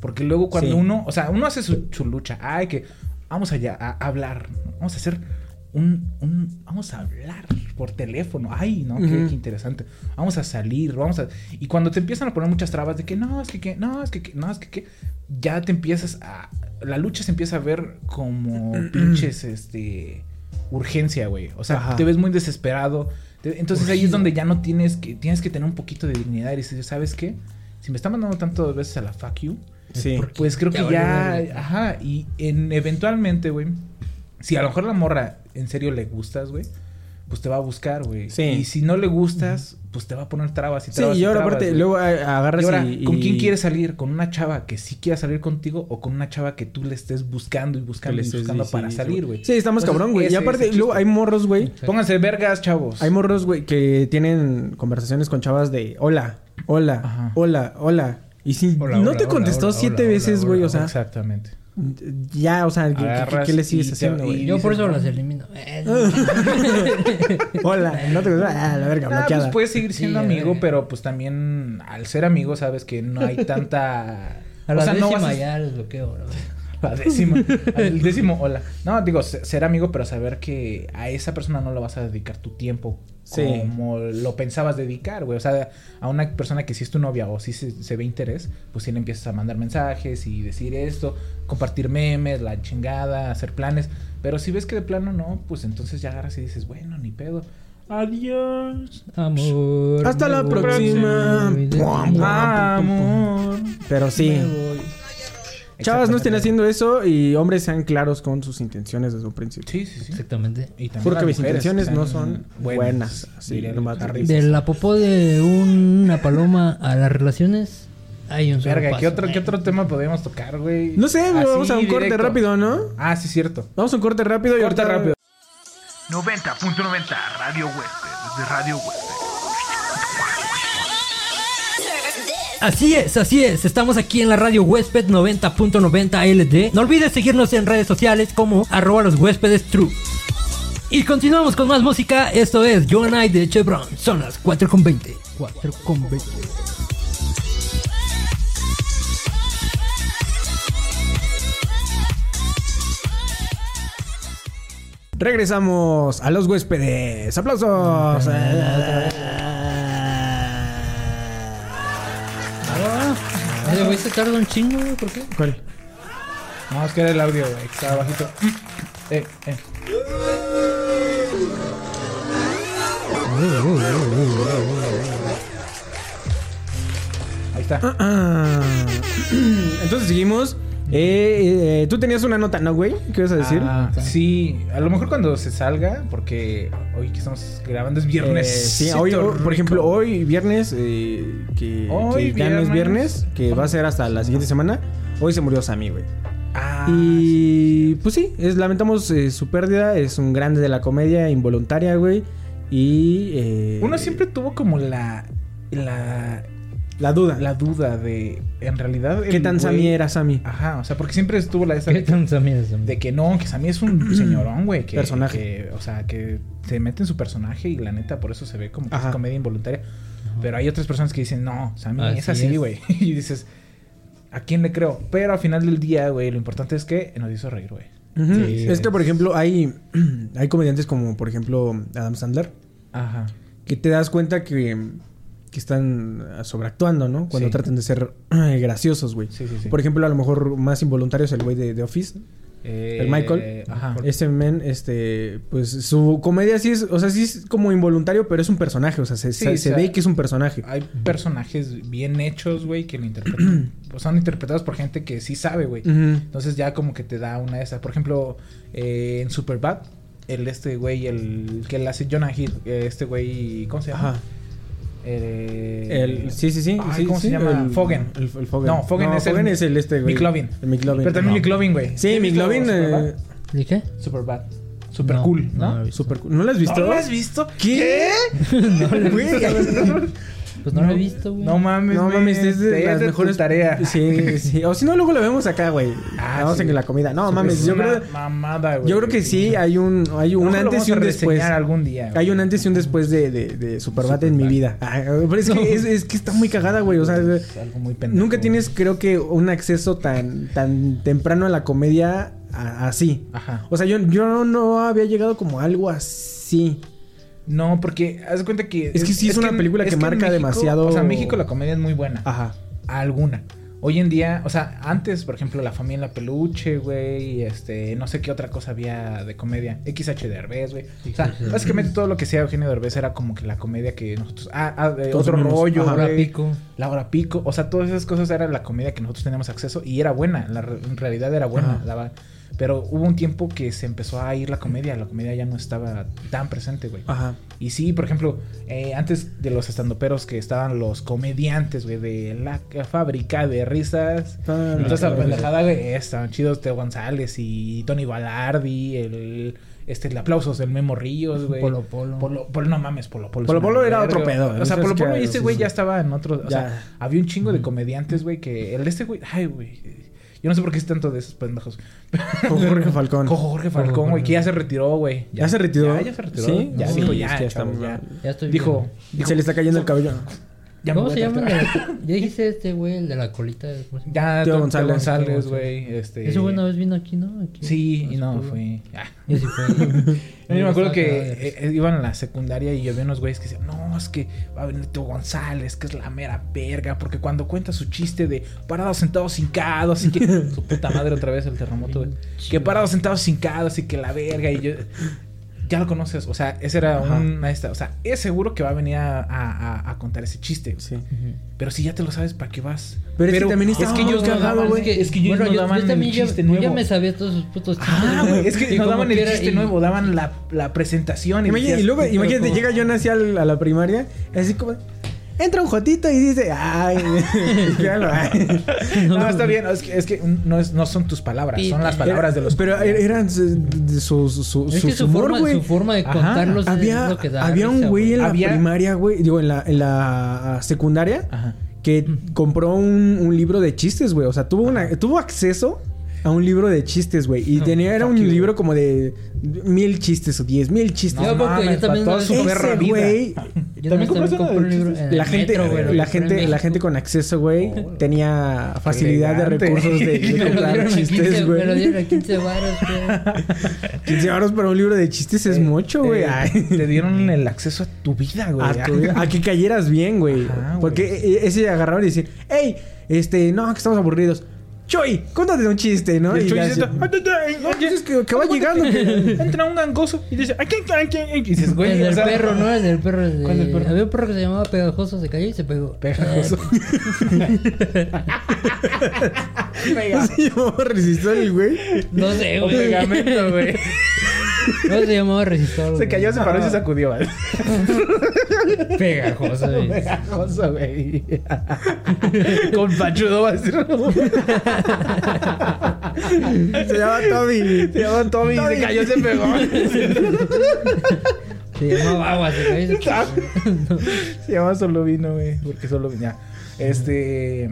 S6: Porque luego cuando
S5: Sí.
S6: uno, o sea, uno hace su, su lucha, hay que, vamos allá a hablar, vamos a hacer un, un- vamos a hablar por teléfono, ay, no, qué,
S5: Ujú.
S6: qué interesante, vamos a salir, vamos a, y cuando te empiezan a poner muchas trabas de que no, es que, que no, es que, que no, es que, que, ya te empiezas a, la lucha se empieza a ver como pinches, este, urgencia, güey, o sea,
S5: Ajá.
S6: te ves muy desesperado, te- entonces ahí es donde ya no tienes que, tienes que tener un poquito de dignidad y decir, ¿sabes qué? Si me está mandando tantas veces a la fuck you,
S5: Sí.
S6: pues creo
S7: Ya
S6: que
S7: valió
S6: ya,
S7: verga.
S6: ajá, y en, eventualmente, güey, si a lo mejor la morra en serio le gustas, güey, pues te va a buscar, güey.
S5: Sí.
S6: Y si no le gustas, pues te va a poner trabas y
S5: Sí,
S6: trabas.
S5: y ahora
S6: trabas,
S5: aparte,
S6: güey.
S5: luego a-
S6: Y
S5: agarras
S6: ahora,
S5: y-
S6: ¿con quién
S5: y-
S6: quieres salir? ¿Con una chava que sí quiera salir contigo o con una chava que tú le estés buscando y buscando
S5: le
S6: y
S5: estés
S6: buscando para
S5: diciendo,
S6: salir, güey?
S5: Sí, estamos
S6: Entonces,
S5: cabrón, güey.
S6: ese
S5: Y
S6: es
S5: aparte,
S6: el
S5: luego
S6: chiste.
S5: hay morros, güey.
S6: Pónganse vergas, chavos.
S5: Hay morros, güey, que tienen conversaciones con chavas de hola, hola,
S6: Ajá.
S5: hola, hola. Y si
S8: Hola,
S5: no
S8: hola,
S5: te
S8: hola,
S5: contestó
S8: hola,
S5: siete
S8: hola,
S5: veces,
S8: hola,
S5: güey, o
S8: hola,
S5: sea,
S6: Exactamente.
S5: ya, o sea, ¿qué- ¿qué,
S6: Agarras
S5: qué le sigues
S6: y te-
S5: haciendo,
S6: y-
S5: güey?
S7: Yo por eso
S6: dices, no.
S7: las elimino. Eh,
S5: Hola, no te contestó. Ah, la verga,
S6: Ah, pues
S5: bloqueada.
S6: puedes seguir siendo
S7: Sí,
S6: amigo,
S7: eh.
S6: pero pues también al ser amigo sabes que no hay tanta...
S7: A la
S6: no
S7: décima
S6: vas a-
S7: ya los bloqueo, bro.
S6: La décima. El décimo, hola. No, digo, se- ser amigo, pero saber que a esa persona no le vas a dedicar tu tiempo
S5: Sí.
S6: como lo pensabas dedicar, güey. O sea, a una persona que sí es tu novia o sí se, se ve interés, pues sí le empiezas a mandar mensajes y decir esto, compartir memes, la chingada, hacer planes. Pero si ves que de plano no, pues entonces ya agarras y dices, bueno, ni pedo. Adiós.
S7: Amor.
S5: Hasta
S7: me
S5: la
S7: voy,
S5: próxima.
S7: me voy de ti.
S5: Pum, pum,
S6: Amor.
S5: Pero sí.
S7: Me voy.
S5: Chavas no estén
S6: Exactamente.
S5: haciendo eso y hombres sean claros con sus intenciones desde un principio.
S6: Sí, sí, sí.
S7: Exactamente.
S6: Y también
S5: Porque
S6: las
S5: mis
S6: mujeres
S5: intenciones
S6: están
S5: no son buenas. Sí,
S6: diría
S5: nomás
S6: Harry.
S5: te digo.
S7: De la popó de una paloma a las relaciones hay un solo
S6: Verga, ¿qué
S7: paso.
S6: otro, ¿qué otro tema podríamos tocar,
S5: eh".
S6: güey?
S5: No sé,
S6: Así,
S5: vamos a un corte
S6: Ah, directo.
S5: rápido, ¿no?
S6: Ah, sí, cierto.
S5: Vamos a un corte rápido y
S6: Corte
S5: ahorita-
S6: rápido.
S1: 90.90 Radio Hueste, desde Radio Hueste.
S7: Así es, así es. Estamos aquí en la radio Huésped 90.90 LD. No olvides seguirnos en redes sociales como arroba los huéspedes true. Y continuamos con más música. Esto es Joan I de Chevron. Son las 4.20. 4.20.
S5: Regresamos a los huéspedes. ¡Aplausos!
S7: Oye, güey, se tarda un chingo, güey, ¿por qué?
S5: ¿Cuál?
S6: No, es que era el audio, güey. que Estaba bajito. Eh, eh. Ahí está.
S5: Ah. Entonces seguimos. Eh, eh, Tú tenías una nota, ¿no, güey? ¿Qué ibas a decir?
S6: Ah, sí, a lo mejor cuando se salga, porque hoy que estamos grabando es
S5: Eh,
S6: viernes.
S5: sí, hoy, hoy, por ejemplo, hoy viernes, eh, que,
S6: Hoy
S5: que ya no es
S6: viernes.
S5: viernes, que va a ser hasta la siguiente semana, hoy se murió Sammy, güey.
S6: Ah,
S5: y pues sí, es, lamentamos eh, su pérdida, es un grande de la comedia, involuntaria, güey. Y... eh,
S6: Uno siempre tuvo como la. La.
S5: La duda.
S6: La duda de. En realidad.
S5: ¿Qué
S6: el
S5: tan
S6: güey- Ah,
S5: Sammy era Sammy?
S6: Ajá, o sea, porque siempre estuvo la esa
S7: ¿Qué
S6: de,
S7: tan también es,
S6: de que no, que Sammy es un señorón, güey. Que,
S5: Personaje.
S6: que, o sea, que se mete en su personaje y la neta por eso se ve como que
S5: Ajá.
S6: es comedia involuntaria. Pero hay otras personas que dicen, no, Sammy
S7: Así
S6: es así,
S7: es.
S6: güey. Y dices, ¿a quién le creo? Pero al final del día, güey, lo importante es que nos hizo reír, güey.
S5: Ujú.
S6: Sí,
S5: es que,
S6: es-
S5: por ejemplo, hay, hay comediantes como, por ejemplo, Adam Sandler,
S6: Ajá.
S5: que te das cuenta que, que están ah, sobreactuando, ¿no? Cuando
S6: Sí.
S5: tratan de ser eh, graciosos, güey.
S6: Sí, sí, sí.
S5: Por ejemplo, a lo mejor más involuntarios el güey de, de Office,
S6: Eh,
S5: el Michael.
S6: Ajá.
S5: Este men, este, pues su comedia sí es, o sea, sí es como involuntario, pero es un personaje, o sea, se,
S6: Sí,
S5: se-
S6: o
S5: se
S6: sea,
S5: ve que es un personaje.
S6: Hay personajes bien hechos, güey, que lo interpretan. o son interpretados por gente que sí sabe, güey.
S5: Ujú.
S6: Entonces ya como que te da una de esas. Por ejemplo, eh, en Superbad, el este güey, el que le hace Jonah Hill, eh, este güey, ¿cómo se llama?
S5: Ajá.
S6: Eh,
S5: El, sí, sí, sí.
S6: ay,
S5: sí,
S6: ¿Cómo
S5: sí,
S6: se llama?
S5: el-
S6: Fogen.
S5: El, el Fogen.
S6: No, Fogen es el-
S5: el este, güey.
S6: McLovin.
S5: El McLovin.
S6: Pero también
S5: No.
S6: McLovin, güey. ¿Has
S5: Sí,
S6: visto
S5: McLovin.
S6: Superbad?
S5: eh,
S7: ¿De qué?
S6: Superbad. Super cool, ¿no?
S7: No,
S6: ¿No,
S7: lo he visto.
S5: super cool. ¿No la has visto?
S6: lo has visto?
S5: ¿Qué?
S7: No lo he
S5: Güey,
S7: visto. Pues no lo he visto, güey.
S6: No mames,
S5: No
S6: güey.
S5: mames, es de
S6: Esa
S5: las
S6: tu
S5: mejores
S6: tarea.
S5: Sí, sí. O si no, luego la vemos acá, güey.
S6: Ah,
S5: Vamos
S6: sí.
S5: en la comida. No
S6: Es
S5: mames, yo
S6: una
S5: creo,
S6: mamada, güey.
S5: yo creo que sí hay un, hay
S6: A lo
S5: un
S6: mejor lo
S5: antes y un
S6: vamos a
S5: después.
S6: reseñar algún día.
S5: Hay un antes y un después de, de, de Superbad en mi vida. Ah, pero es, que, es, es que está muy cagada, güey. O sea,
S6: Es algo muy pendejo.
S5: nunca tienes, creo que, un acceso tan, tan temprano a la comedia a- así.
S6: Ajá.
S5: O sea, yo, yo no había llegado como a algo así.
S6: No, porque haz de cuenta que.
S5: Es que sí es una película que
S6: en
S5: marca
S6: México-
S5: demasiado-
S6: O sea, en México la comedia es muy buena.
S5: Ajá.
S6: Alguna. Hoy en día, o sea, antes, por ejemplo, La Familia Peluche, güey, y este, no sé qué otra cosa había de comedia. XH Derbez, güey. O sea, básicamente todo lo que sea Eugenio Derbez era como que la comedia que nosotros. Ah, ah, de otro
S5: Consumimos.
S6: rollo,
S5: Ajá.
S6: güey.
S7: Ahora pico.
S6: La hora pico, o sea, todas esas cosas era la comedia que nosotros teníamos acceso y era buena, la re- en realidad era buena.
S5: Ajá.
S6: la va- pero hubo un tiempo que se empezó a ir la comedia, la comedia ya no estaba tan presente, güey.
S5: Ajá.
S6: Y sí, por ejemplo, eh, antes de los estandoperos que estaban los comediantes, güey, de la ca- fábrica de risas. Entonces, a la pendejada, güey, eh, estaban chidos Teo González y Tony Balardi, el, este, el aplausos del Memo Ríos, güey.
S7: Polo Polo.
S6: Polo, Polo, no mames, Polo Polo. es
S5: Polo
S6: una
S5: Polo era
S6: verga,
S5: otro
S6: güey.
S5: pedo,
S6: O sea,
S5: eso es
S6: Polo Polo
S5: claro,
S6: y este
S5: sí,
S6: güey
S5: sí.
S6: ya estaba en otro.
S5: Ya.
S6: O sea, había un chingo de comediantes, güey, que el de este güey. Ay, güey. Yo no sé por qué es tanto de esos pendejos.
S5: Con Jorge Falcón.
S6: Cojo Jorge Falcón, güey, que ya se retiró, güey.
S5: ¿Ya se retiró?
S6: Ya, ya se retiró.
S5: Sí,
S6: ya
S5: sí,
S6: dijo,
S5: es
S6: ya,
S5: que ya está
S6: chavos,
S5: muy-
S6: ya.
S7: Ya estoy
S6: Dijo,
S7: bien.
S6: dijo,
S5: Se le está cayendo el cabello.
S6: ya me
S7: ¿Cómo
S6: voy
S7: se
S6: a
S7: llama? el de
S6: retirar.
S7: la- Ya dijiste este, güey, el de la colita. ¿cómo se llama?
S6: Ya,
S5: Teo
S6: Teo
S5: González.
S6: González, González, güey. Este...
S7: Ese güey una vez vino aquí, ¿no? Aquí.
S6: Sí, y
S7: se
S6: no,
S7: pudo.
S6: fue. Ah.
S7: Yo sí fue.
S6: Yo me acuerdo que eh, eh, iban a la secundaria y yo vi unos güeyes que decían, no, es que va a venir Teo González, que es la mera verga, porque cuando cuenta su chiste de parados sentados hincados, así que su puta madre otra vez el terremoto, güey. Que parados sentados hincados y que la verga, y yo. ya lo conoces. O sea, ese era
S5: Ajá.
S6: un maestra. O sea, es seguro que va a venir a, a- a- a contar ese chiste. güey.
S5: Sí.
S6: Pero si ya te lo sabes, ¿para qué vas?
S5: Pero es que también está
S6: es que ellos
S5: muy
S6: no daban,
S5: cagado,
S6: güey. Es que ellos
S7: bueno,
S6: no daban el
S7: también ya-
S6: chiste
S7: yo
S6: nuevo.
S7: ya me sabía todos sus putos chistes.
S6: Ah, güey, es que
S7: Y
S6: no
S7: como
S6: daban el
S7: quiera,
S6: chiste
S7: y-
S6: nuevo, daban la, la presentación. y
S5: Imagínate,
S6: decías,
S5: y luego,
S6: pero
S5: imagínate,
S6: ¿cómo?
S5: llega John así al- a la primaria, así como. Entra un Jotito y dice, ay, claro, ay".
S6: No, está bien. Es que, es que no, es- no son tus palabras, son las palabras de los.
S5: Pero er- eran su, de su, su, su,
S7: Es que
S5: su
S7: su,
S5: humor,
S7: forma,
S5: güey.
S7: su forma de
S6: Ajá.
S7: contarlos es
S5: había,
S7: lo que da
S5: había un
S7: risa,
S5: güey en la
S6: Había-
S5: primaria, güey, digo, en la, en la secundaria,
S6: Ajá.
S5: que
S7: Mm.
S5: compró un, un libro de chistes, güey. O sea, tuvo, una, tuvo acceso a un libro de chistes, güey. Y tenía, era un
S6: fuck you,
S5: libro como de mil chistes o diez mil chistes.
S7: Yo
S6: No
S7: creo que
S6: mames,
S7: yo también no-
S6: para toda su
S5: Ese
S6: perra vida.
S5: güey-
S7: Yo
S6: También
S7: también
S6: compraste
S7: compré
S6: una
S7: un
S6: de
S7: libro
S6: chistes.
S7: en
S5: La
S7: el
S5: gente,
S7: metro, güey, lo
S5: la,
S7: compré en
S5: gente, la
S7: México. Oh,
S5: gente con acceso, güey, tenía facilidad de
S6: elegante.
S5: recursos de, de
S7: Me lo
S5: comprar
S7: dieron a 15,
S5: chistes,
S7: me lo
S5: güey.
S7: dieron a 15 varos, güey.
S5: 15 euros para un libro de chistes es mucho, güey.
S6: Eh,
S5: Ay,
S6: Te dieron el acceso a tu vida, güey. ah.
S5: a, tu- a que cayeras bien, güey.
S6: Ajá, güey.
S5: Porque e- ese agarraban y decían, hey, este, no, que estamos aburridos. Choy, cuéntate un chiste, ¿no?
S6: Y el Chuy
S5: ya
S6: dice,
S5: así,
S6: "Ah, ta, ta, eh,
S5: "Pues
S6: oye,
S5: es que, que va llegando. que-".
S6: entra un gangoso y dice, aquí, aquí, aquí. Y dices, güey,
S7: El
S6: o
S7: del
S6: sea,
S7: perro, ¿no? El del perro. el de-
S6: ¿Cuál del perro?
S7: Había un perro que se llamaba Pegajoso, se cayó y se pegó.
S6: Pegajoso.
S5: Así llamaba resistor el güey.
S7: No sé,
S6: O
S7: güey.
S6: pegamento, güey.
S7: No se llamaba resistor.
S6: Se
S7: güey.
S6: cayó, se paró y se sacudió. güey.
S7: Pegajoso, güey.
S6: Pegajoso, güey. Con pachudo va a ser.
S5: Se llama Tommy.
S6: Se llama Tommy y se cayó, se pegó.
S7: Se llamaba agua, se cayó y se pegó.
S6: Se llama solo vino, güey. Porque solo vino. ya. Este.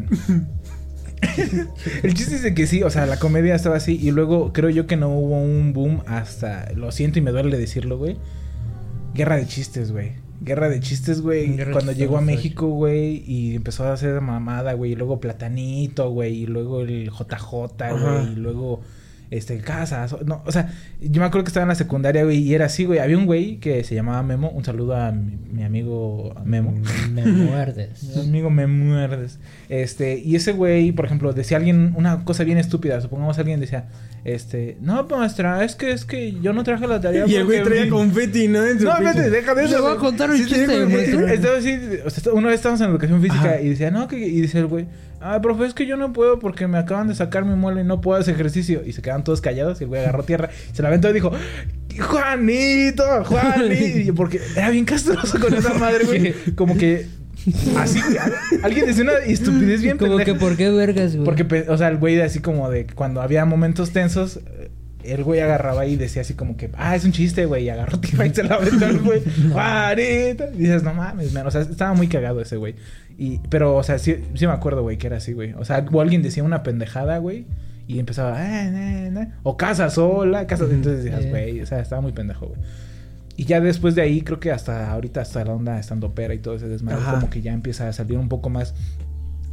S6: El chiste es de que sí, o sea, la comedia estaba así. Y luego creo yo que no hubo un boom hasta. Lo siento y me duele decirlo, güey. Guerra de chistes, güey. Guerra de chistes, güey.
S7: Guerra de
S6: Cuando
S7: chistes,
S6: llegó a
S7: vamos a
S6: México, güey, y empezó a hacer mamada, güey. Y luego Platanito, güey. Y luego el JJ, güey. Y luego, este, Casas. No, o sea, yo me acuerdo que estaba en la secundaria, güey. Y era así, güey. Había un güey que se llamaba Memo. Un saludo a mi, mi amigo Memo.
S5: Mm.
S7: Me muerdes.
S6: Mi amigo me muerdes. Este, y ese güey, por ejemplo, decía alguien una cosa bien estúpida. Supongamos alguien decía, este, no, maestra, es que, es que yo no traje la tarea.
S5: Y el güey
S6: porque
S5: traía
S6: mi-
S5: confeti, ¿no? En su
S6: No,
S5: pecho.
S6: espérate, deja de
S7: Le
S6: eso.
S7: voy a
S6: güey.
S7: contar un
S6: Sí, te
S7: chiste,
S6: digo,
S7: güey.
S6: güey, estaba así, o sea, una vez estábamos en educación física
S5: Ajá.
S6: y decía, no, que, y dice el güey, ah, profe, es que yo no puedo porque me acaban de sacar mi muelo y no puedo hacer ejercicio. Y se quedan todos callados y el güey agarró tierra, se la aventó y dijo, Juanito, Juanito. Y Porque era bien castroso con esa madre, güey. Como que así, güey, al- alguien decía una estupidez bien
S7: Como que,
S6: pendeja.
S7: ¿por qué vergas, güey?
S6: Porque, pe- o sea, el güey así como de cuando había momentos tensos, eh, el güey agarraba y decía así como que, ah, es un chiste, güey, y agarró tierra y se la aventó el güey. ¡Juanito! Y dices, no mames, man. O sea, estaba muy cagado ese güey. Y, pero, o sea, sí, sí me acuerdo, güey, que era así, güey. O sea, o alguien decía una pendejada, güey. Y empezaba, "Ah, na, na". o casa sola, casa. Entonces decías,
S7: Sí.
S6: güey, o sea, estaba muy pendejo, güey. Y ya después de ahí, creo que hasta ahorita, hasta la onda estando pera y todo ese desmadre,
S5: Ajá.
S6: como que ya empieza a salir un poco más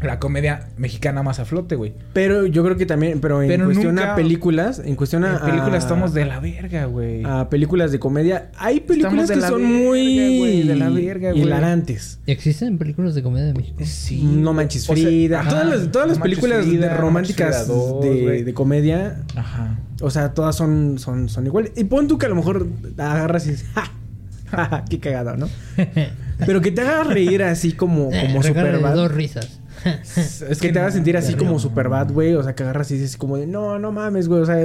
S6: la comedia mexicana más a flote, güey.
S5: Pero yo creo que también, pero en
S6: Pero
S5: cuestión
S6: nunca-
S5: a películas, en cuestión a...
S6: En películas
S5: a-
S6: estamos de la verga, güey.
S5: a películas de comedia. Hay películas
S6: Estamos de
S5: que
S6: la
S5: son
S6: verga,
S5: muy
S6: güey, de la verga, güey.
S5: hilarantes.
S7: ¿Existen películas de comedia de México?
S6: Sí.
S5: No manches
S6: O sea,
S5: Frida.
S6: ajá,
S5: todas las, todas
S6: No
S5: las
S6: manches
S5: películas de-
S6: Frida, No
S5: románticas
S6: manches Frida dos,
S5: de,
S6: güey.
S5: de comedia,
S6: Ajá.
S5: o sea, todas son, son, son iguales. Y pon tú que a lo mejor agarras y dices, "Ja, ja, ja, qué cagado, ¿no? Pero que te haga reír así como, como
S7: Regálale
S5: Superbad.
S7: dos risas.
S5: Es que te haga sentir así como Superbad, güey. O sea, que agarras y dices como de, no, no mames, güey. O sea,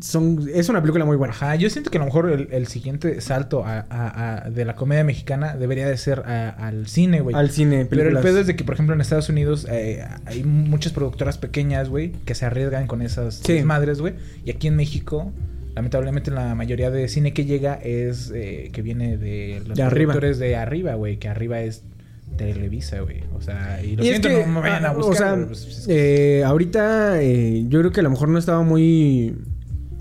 S5: son, es una película muy buena.
S6: Ajá, yo siento que a lo mejor el, el siguiente salto a- a- a- de la comedia mexicana debería de ser a- al cine, güey.
S5: Al cine,
S6: Pero el
S5: películas.
S6: pedo es de que, por ejemplo, en Estados Unidos eh, hay muchas productoras pequeñas, güey, que se arriesgan con esas
S5: Sí.
S6: madres, güey. Y aquí en México, lamentablemente, la mayoría de cine que llega es eh, que viene de los
S5: De arriba.
S6: productores de arriba, güey, que arriba es Televisa, güey. O sea, y lo
S5: Y
S6: siento,
S5: es que,
S6: no me vayan a
S5: ah,
S6: buscar.
S5: o sea,
S6: güey, pues, es que-
S5: eh, ahorita eh, yo creo que a lo mejor no estaba muy,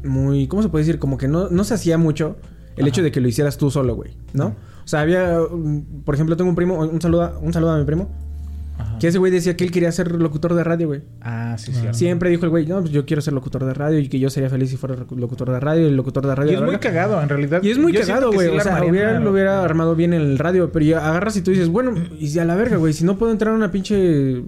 S5: muy, ¿cómo se puede decir? Como que no, no se hacía mucho el
S6: Ajá.
S5: hecho de que lo hicieras tú solo, güey, ¿no?
S6: Ajá.
S5: O sea, había, mm, por ejemplo, tengo un primo, un saludo, a- un saludo a mi primo,
S6: Ajá.
S5: que ese güey decía que él quería ser locutor de radio, güey.
S6: Ah, sí, cierto.
S5: Siempre dijo el güey, no, pues yo quiero ser locutor de radio y que yo sería feliz si fuera locutor de radio y el locutor de radio.
S6: Y
S5: la
S6: es muy
S5: verga.
S6: cagado, en realidad.
S5: Y es muy
S6: Yo siento
S5: cagado,
S6: que
S5: güey.
S6: sí
S5: o
S6: la
S5: sea,
S6: armaría,
S5: hubiera- lo
S6: güey.
S5: hubiera armado bien en el radio, pero ya agarras y tú dices, bueno, y a la verga, güey. Si no puedo entrar a una pinche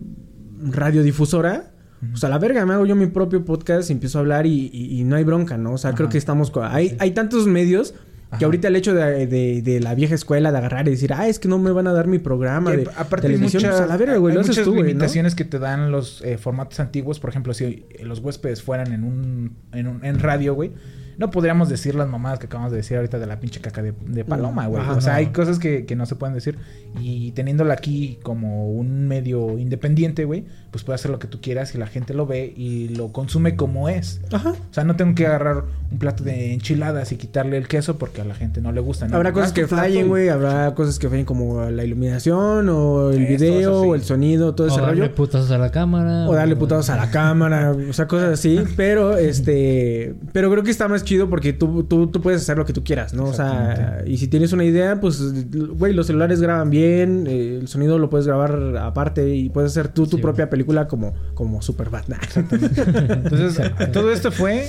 S5: radiodifusora, pues a la verga, me hago yo mi propio podcast y empiezo a hablar y, y- y no hay bronca, ¿no? O sea, creo que estamos. co- Hay, hay tantos medios Que ahorita el hecho de, de- de la vieja escuela de agarrar y decir, ah, es que no me van a dar mi programa
S6: Que
S5: de
S6: aparte hay
S5: televisión,
S6: mucha-
S5: pues, a la verga, güey,
S6: hay
S5: lo haces
S6: muchas
S5: tú, güey, ¿no?
S6: limitaciones que te dan los eh, formatos antiguos. Por ejemplo, si eh, los huéspedes fueran en un, en un- en radio, güey, no podríamos decir las mamadas que acabamos de decir ahorita de la pinche caca de, de paloma, güey.
S5: Ajá,
S6: o sea,
S5: no.
S6: hay cosas que, que no se pueden decir. Y teniéndola aquí como un medio independiente, güey, pues puedes hacer lo que tú quieras y la gente lo ve y lo consume como es.
S5: Ajá.
S6: O sea, no tengo que agarrar un plato de enchiladas y quitarle el queso porque a la gente no le gusta. ¿no?
S5: Habrá
S6: Ah,
S5: cosas
S6: tu
S5: que
S6: plato
S5: fallen,
S6: y-
S5: güey. Habrá cosas que fallen como la iluminación o el
S6: Esto, eso
S5: video
S6: sí.
S5: o el sonido, todo
S7: O
S5: ese
S7: darle
S5: rollo.
S7: putazos a la cámara.
S5: O darle putados a la cámara, o sea, cosas así. Pero, este... Pero creo que está más chido porque tú, tú, tú puedes hacer lo que tú quieras, ¿no? O sea, y si tienes una idea, pues, güey, los celulares graban bien. eh, el sonido lo puedes grabar aparte y puedes hacer tú tu
S7: Sí,
S5: propia película como, como Superbad. Nah.
S6: Entonces, todo esto fue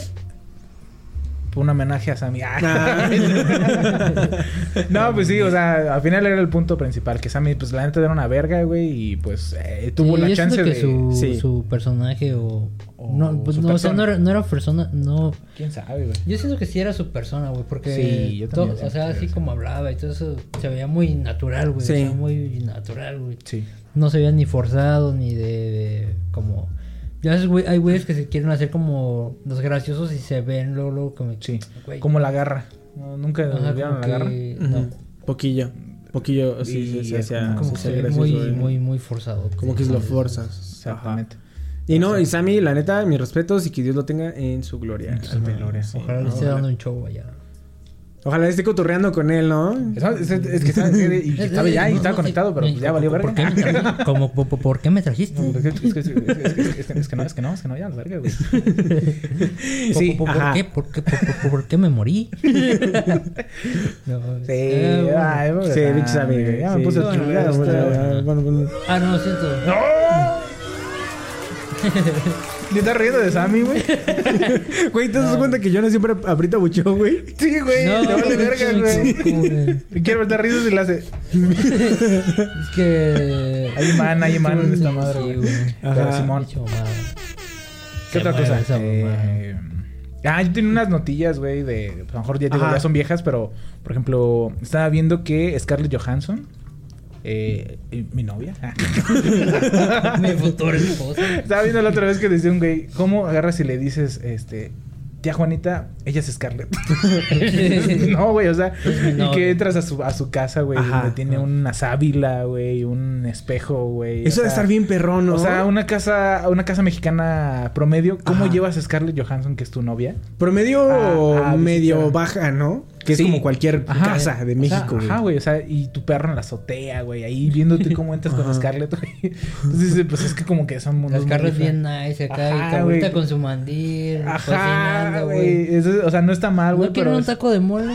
S6: un homenaje a Sammy. Ah. no, pues sí, o sea, al final era el punto principal, que Sammy, pues la neta era una verga, güey, y pues eh, tuvo
S7: Sí,
S6: la
S7: yo siento
S6: chance
S7: que
S6: de...
S7: su,
S5: sí.
S7: su personaje o...
S6: O
S7: no, pues
S6: su
S7: no, o sea,
S6: persona.
S7: no era, no era persona, no...
S6: ¿Quién sabe, güey?
S7: Yo siento que sí era su persona, güey, porque...
S6: Sí, yo
S7: to-
S6: también siento
S7: O sea,
S6: que
S7: así
S6: sí.
S7: como hablaba y todo eso, se veía muy natural, güey.
S5: Sí.
S7: o sea, muy natural, güey.
S6: Sí.
S7: No se veía ni forzado, ni de... de- como... Ya sabes, güey, hay güeyes que se quieren hacer como los graciosos y se ven luego, luego como...
S6: Sí.
S7: güey.
S6: Como la garra. No, nunca
S7: Ajá, como
S6: vieron la garra.
S7: que-
S5: Ujú.
S7: no.
S5: Poquillo. Poquillo, sí,
S6: Y
S5: sí, sí,
S6: es
S5: hacía-
S7: Como que
S5: hacía
S7: se ve
S5: gracioso,
S7: muy,
S5: eh.
S7: muy, muy forzado.
S5: Como que
S7: Sí,
S5: lo
S7: sí, sí.
S5: fuerzas. Ajá.
S6: Exactamente.
S5: Y no, y Sammy, la neta, mis respetos y que Dios lo tenga en su gloria.
S6: En su gloria, sí.
S7: Ojalá le esté dando un show allá.
S5: Ojalá esté cotorreando con él, ¿no?
S6: Es, es- es que estaba, y estaba ya y
S7: No,
S6: estaba
S7: no,
S6: conectado,
S7: sí,
S6: pero
S7: me
S6: pues ya
S7: dijo,
S6: valió verga.
S7: ¿por qué me trajiste? Como, po- po- ¿por qué me trajiste?
S6: No, pues, es que- es que- es que- es que- es que- es que no, es que no, es que no, ya la verga, güey.
S7: Po-
S6: Sí,
S7: po- po-
S5: ajá.
S7: ¿Por qué? ¿Por qué? ¿Por- por- por qué me morí? No,
S6: Sí,
S7: eh, bueno.
S6: ay, bueno,
S5: Sí, pinche Sammy.
S6: ya,
S5: güey.
S6: Ya
S5: Sí.
S6: me puse
S5: Bueno,
S6: chulada,
S5: ya
S6: güey. pues,
S5: está. Bueno, bueno.
S7: Ah, no, siento.
S6: ¿Te estás riendo de Sammy, güey?
S5: Güey, ¿te das cuenta que yo no siempre aprieto buchón, güey?
S6: Sí, güey.
S7: No,
S6: te vale
S7: no,
S6: verga,
S7: no,
S6: güey.
S7: como que-
S6: Quiero ver, te ríes y la hace.
S7: Es que.
S6: Hay imán, hay imán en esta madre,
S7: Sí,
S6: güey.
S7: güey.
S6: Pero Simón,
S7: Pinche mamada.
S6: ¿qué
S7: Se
S6: otra
S7: mueve
S6: cosa?
S7: esa mamada.
S6: Eh, ah, yo tenía unas notillas, güey, de... pues, A lo mejor ya, digo,
S5: Ajá.
S6: ya son viejas, pero... Por ejemplo, estaba viendo que Scarlett Johansson... Eh, eh, mi novia. ah.
S7: Mi futuro esposo.
S6: Estaba viendo la otra vez que decía un güey, ¿cómo agarras y le dices, este, tía Juanita, ella es Scarlett? no, güey, o sea,
S7: mi
S6: y
S7: novia.
S6: que entras a su, a su casa, güey,
S5: Ajá.
S6: donde tiene una sábila, güey, un espejo, güey.
S5: Eso
S6: o
S5: de
S6: sea,
S5: estar bien perrón, ¿no?
S6: O sea, una casa, una casa mexicana promedio, ¿cómo
S5: Ajá.
S6: llevas a Scarlett Johansson, que es tu novia?
S5: Promedio
S6: Ah, ah,
S5: medio
S6: visitar.
S5: baja, ¿no? Que
S6: Sí.
S5: es como cualquier
S6: Ajá.
S5: casa de
S6: O sea,
S5: México, güey.
S6: ajá, güey. O sea, y tu perro en la azotea, güey. Ahí viéndote cómo entras con
S5: Ajá.
S6: Scarlett, güey. Entonces, pues es que como que son mundos
S7: Las
S6: muy
S7: carros
S6: diferentes.
S7: bien nice acá.
S6: Ajá,
S7: y cabrita
S6: güey.
S7: con su mandil.
S6: Ajá,
S7: cocinando, güey.
S6: güey. Eso- O sea, no está mal, güey.
S7: ¿No
S6: pero
S7: quieren un
S6: es-
S7: taco de mole?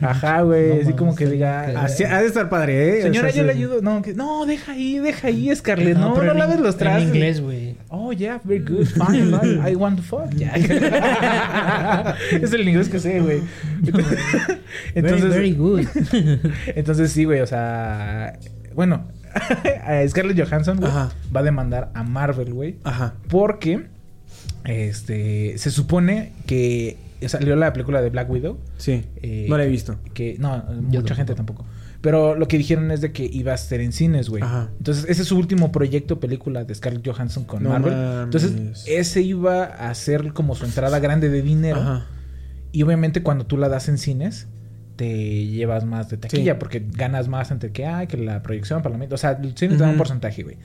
S6: Ajá, güey.
S7: No
S6: así como
S7: mames,
S6: que
S7: sí,
S6: diga.
S7: que-
S6: "Ah,
S5: Así, ha de estar padre, ¿eh?
S6: Señora,
S5: O sea,
S6: yo le
S5: sí.
S6: ayudo. No, que- no, deja ahí, deja ahí, Scarlett. No, no,
S7: pero en
S6: laves
S7: in-
S6: los trastes.
S7: En inglés, güey.
S6: Oh, yeah, very good. Fine, fine. I want to fuck. Yeah. es el inglés que sé, güey. Entonces,
S7: Entonces, very, good.
S6: entonces sí, güey. O sea, bueno, a Scarlett Johansson güey,
S5: Ajá.
S6: va a demandar a Marvel, güey.
S5: Ajá.
S6: Porque este se supone que o sea, leo la película de Black Widow.
S5: Sí.
S6: Eh,
S5: no la he visto.
S6: Que no,
S7: Yo
S6: mucha
S7: tampoco.
S6: gente tampoco. Pero lo que dijeron es de que iba a estar en cines, güey.
S5: Ajá.
S6: Entonces, ese es su último proyecto película de Scarlett Johansson con
S5: No
S6: Marvel.
S5: mames.
S6: Entonces, ese iba a ser como su entrada grande de dinero.
S5: Ajá.
S6: Y obviamente cuando tú la das en cines, te llevas más de taquilla,
S5: Sí.
S6: porque ganas más entre que, ah, que la proyección, parlamento. O sea, el cine te da un
S5: Ujú.
S6: porcentaje, güey.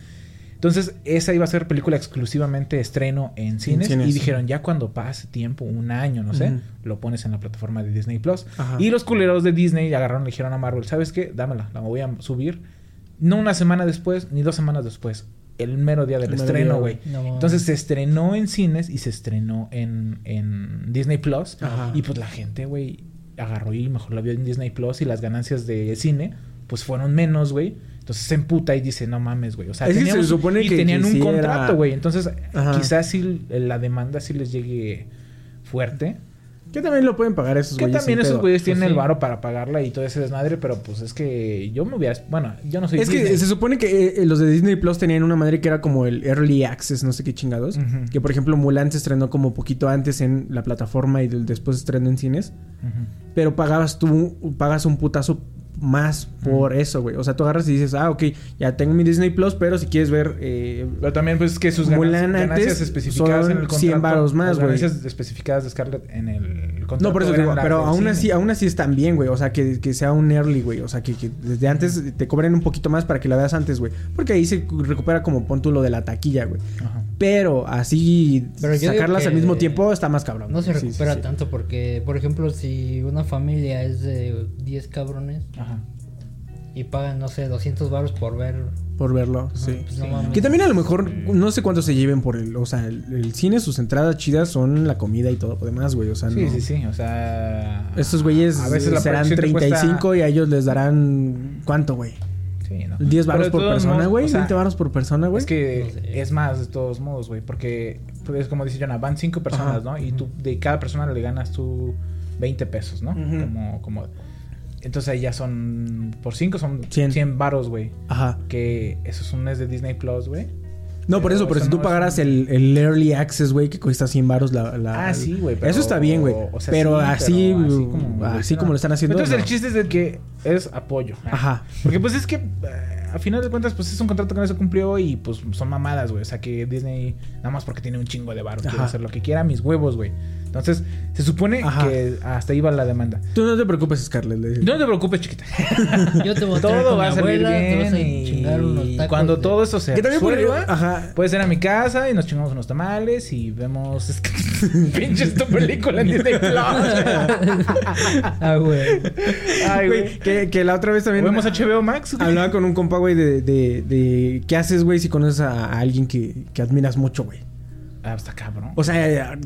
S6: Entonces, esa iba a ser película exclusivamente estreno en cines.
S5: cines.
S6: Y dijeron, ya cuando pase tiempo, un año, no sé,
S5: Ujú.
S6: lo pones en la plataforma de Disney Plus.
S5: Ajá.
S6: Y los culeros de Disney agarraron y le dijeron a Marvel, ¿sabes qué? Dámela, la voy a subir. No una semana después, ni dos semanas después. El mero día del
S5: El mero
S6: estreno,
S5: día,
S6: güey.
S7: güey. No mames.
S6: Entonces se estrenó en cines y se estrenó en, en Disney Plus.
S5: Ajá.
S6: Y pues la gente, güey, agarró y mejor la vio en Disney Plus y las ganancias de cine, pues fueron menos, güey. Entonces se emputa y dice, no mames, güey. O sea,
S5: Es que se
S6: teníamos-
S5: supone
S6: y
S5: que
S6: tenían
S5: quisiera-
S6: un contrato, güey. Entonces
S5: Ajá.
S6: quizás si la demanda sí les llegue fuerte.
S5: Que también lo pueden pagar esos
S6: Que
S5: güeyes.
S6: también
S5: sin
S6: esos
S5: pedo.
S6: güeyes tienen
S7: Pues
S6: el
S7: sí.
S6: varo para pagarla y todo ese desmadre, pero pues es que yo me hubiera. Bueno, yo no soy.
S5: Es que
S6: Disney.
S5: se supone que eh, los de Disney Plus tenían una madre que era como el Early Access, no sé qué chingados.
S6: Ujú.
S5: Que por ejemplo Mulan se estrenó como poquito antes en la plataforma y del- después se estrenó en cines.
S6: Ujú.
S5: Pero pagabas tú, pagas un putazo más por eso, güey. O sea, tú agarras y dices, ah, ok, ya tengo mi Disney Plus, pero si quieres ver eh,
S6: Pero también, pues es que sus
S5: Mulan
S6: ganan-
S5: antes
S6: ganancias especificadas
S5: son
S6: en el contrato.
S5: 100 varos más,
S6: las
S5: güey.
S6: ganancias especificadas de Scarlett en el contrato.
S5: No, por eso te digo,
S6: eran las
S5: pero
S6: del
S5: aún
S6: cine.
S5: así, aún así están bien, güey. O sea, que, que sea un early, güey. O sea, que, que desde antes te cobren un poquito más para que la veas antes, güey. Porque ahí se recupera como pon tú lo de la taquilla, güey.
S6: Ajá.
S5: Pero así
S7: Pero yo digo
S5: sacarlas al
S7: que
S5: mismo tiempo está más cabrón.
S7: No se
S5: Sí, sí,
S7: recupera
S5: sí.
S7: tanto porque, por ejemplo, si una familia es de 10 cabrones
S6: Ajá.
S7: y pagan, no sé, 200 baros por ver.
S5: Por verlo, sí.
S7: pues, no mames.
S5: Que también a lo mejor no sé cuánto se lleven por el, o sea, el, el cine, sus entradas chidas son la comida y todo lo demás, güey. O sea,
S6: Sí,
S5: Ah, no.
S6: sí, sí. O sea.
S5: Estos güeyes serán
S6: producción te
S5: 35
S6: cuesta-
S5: y a ellos les darán ¿cuánto, güey?
S6: Sí, no.
S5: 10 varos
S6: Pero de
S5: por
S6: todos
S5: persona,
S6: modos,
S5: güey.
S6: o sea,
S5: 20 varos por persona, güey.
S6: Es que
S7: No sé.
S6: es más de todos modos, güey, porque pues, es como dice Jonah, van cinco personas,
S5: Ajá.
S6: ¿no? Y tú de cada persona le ganas tú 20 pesos, ¿no?
S5: Ujú.
S6: Como como entonces ahí ya son por cinco son
S5: Cien.
S6: 100 varos, güey,
S5: Ajá.
S6: que eso es un mes de Disney Plus, güey.
S5: No, por
S6: Pero
S5: eso, pero
S6: eso
S5: si tú
S6: no es
S5: pagaras
S6: un-
S5: el, el Early Access, güey, que cuesta 100 baros la, la-
S6: Ah, sí, güey. pero-
S5: Eso está bien, güey.
S6: o sea,
S5: pero
S6: sí,
S5: así, mm,
S6: pero
S5: así, como, lo están haciendo.
S6: Entonces
S5: no.
S6: el chiste es de que es apoyo.
S5: Ajá.
S6: Porque pues es que eh, a final de cuentas pues es un contrato que no se cumplió y pues son mamadas, güey. O sea que Disney nada más porque tiene un chingo de varo quiere
S5: Ajá.
S6: hacer lo que quiera, mis huevos, güey. Entonces se supone
S5: Ajá.
S6: que hasta iba la demanda.
S5: Tú no te preocupes, Scarlett. le-
S6: No te preocupes, chiquita.
S7: Yo te voy a traer
S6: Todo
S7: con
S6: va
S7: mi
S6: a salir
S7: abuela, te vas
S6: bien
S7: a
S6: y,
S7: chingar unos
S6: y
S7: tacos
S6: cuando
S7: de-
S6: todo eso se
S5: Que también por
S6: resuelva,
S5: Ajá.
S6: puedes ir a mi casa y nos chingamos unos tamales y vemos es que- pinches tu película en Disney Plus.
S7: Ah, güey.
S6: Ay,
S5: Güey,
S6: güey.
S5: que, que la otra vez también.
S6: Vemos HBO Max. güey.
S5: Hablaba con un compa, güey, de, de, de qué haces, güey, si conoces a, a alguien que, que admiras mucho, güey.
S6: Ah, está cabrón.
S5: O sea, eh,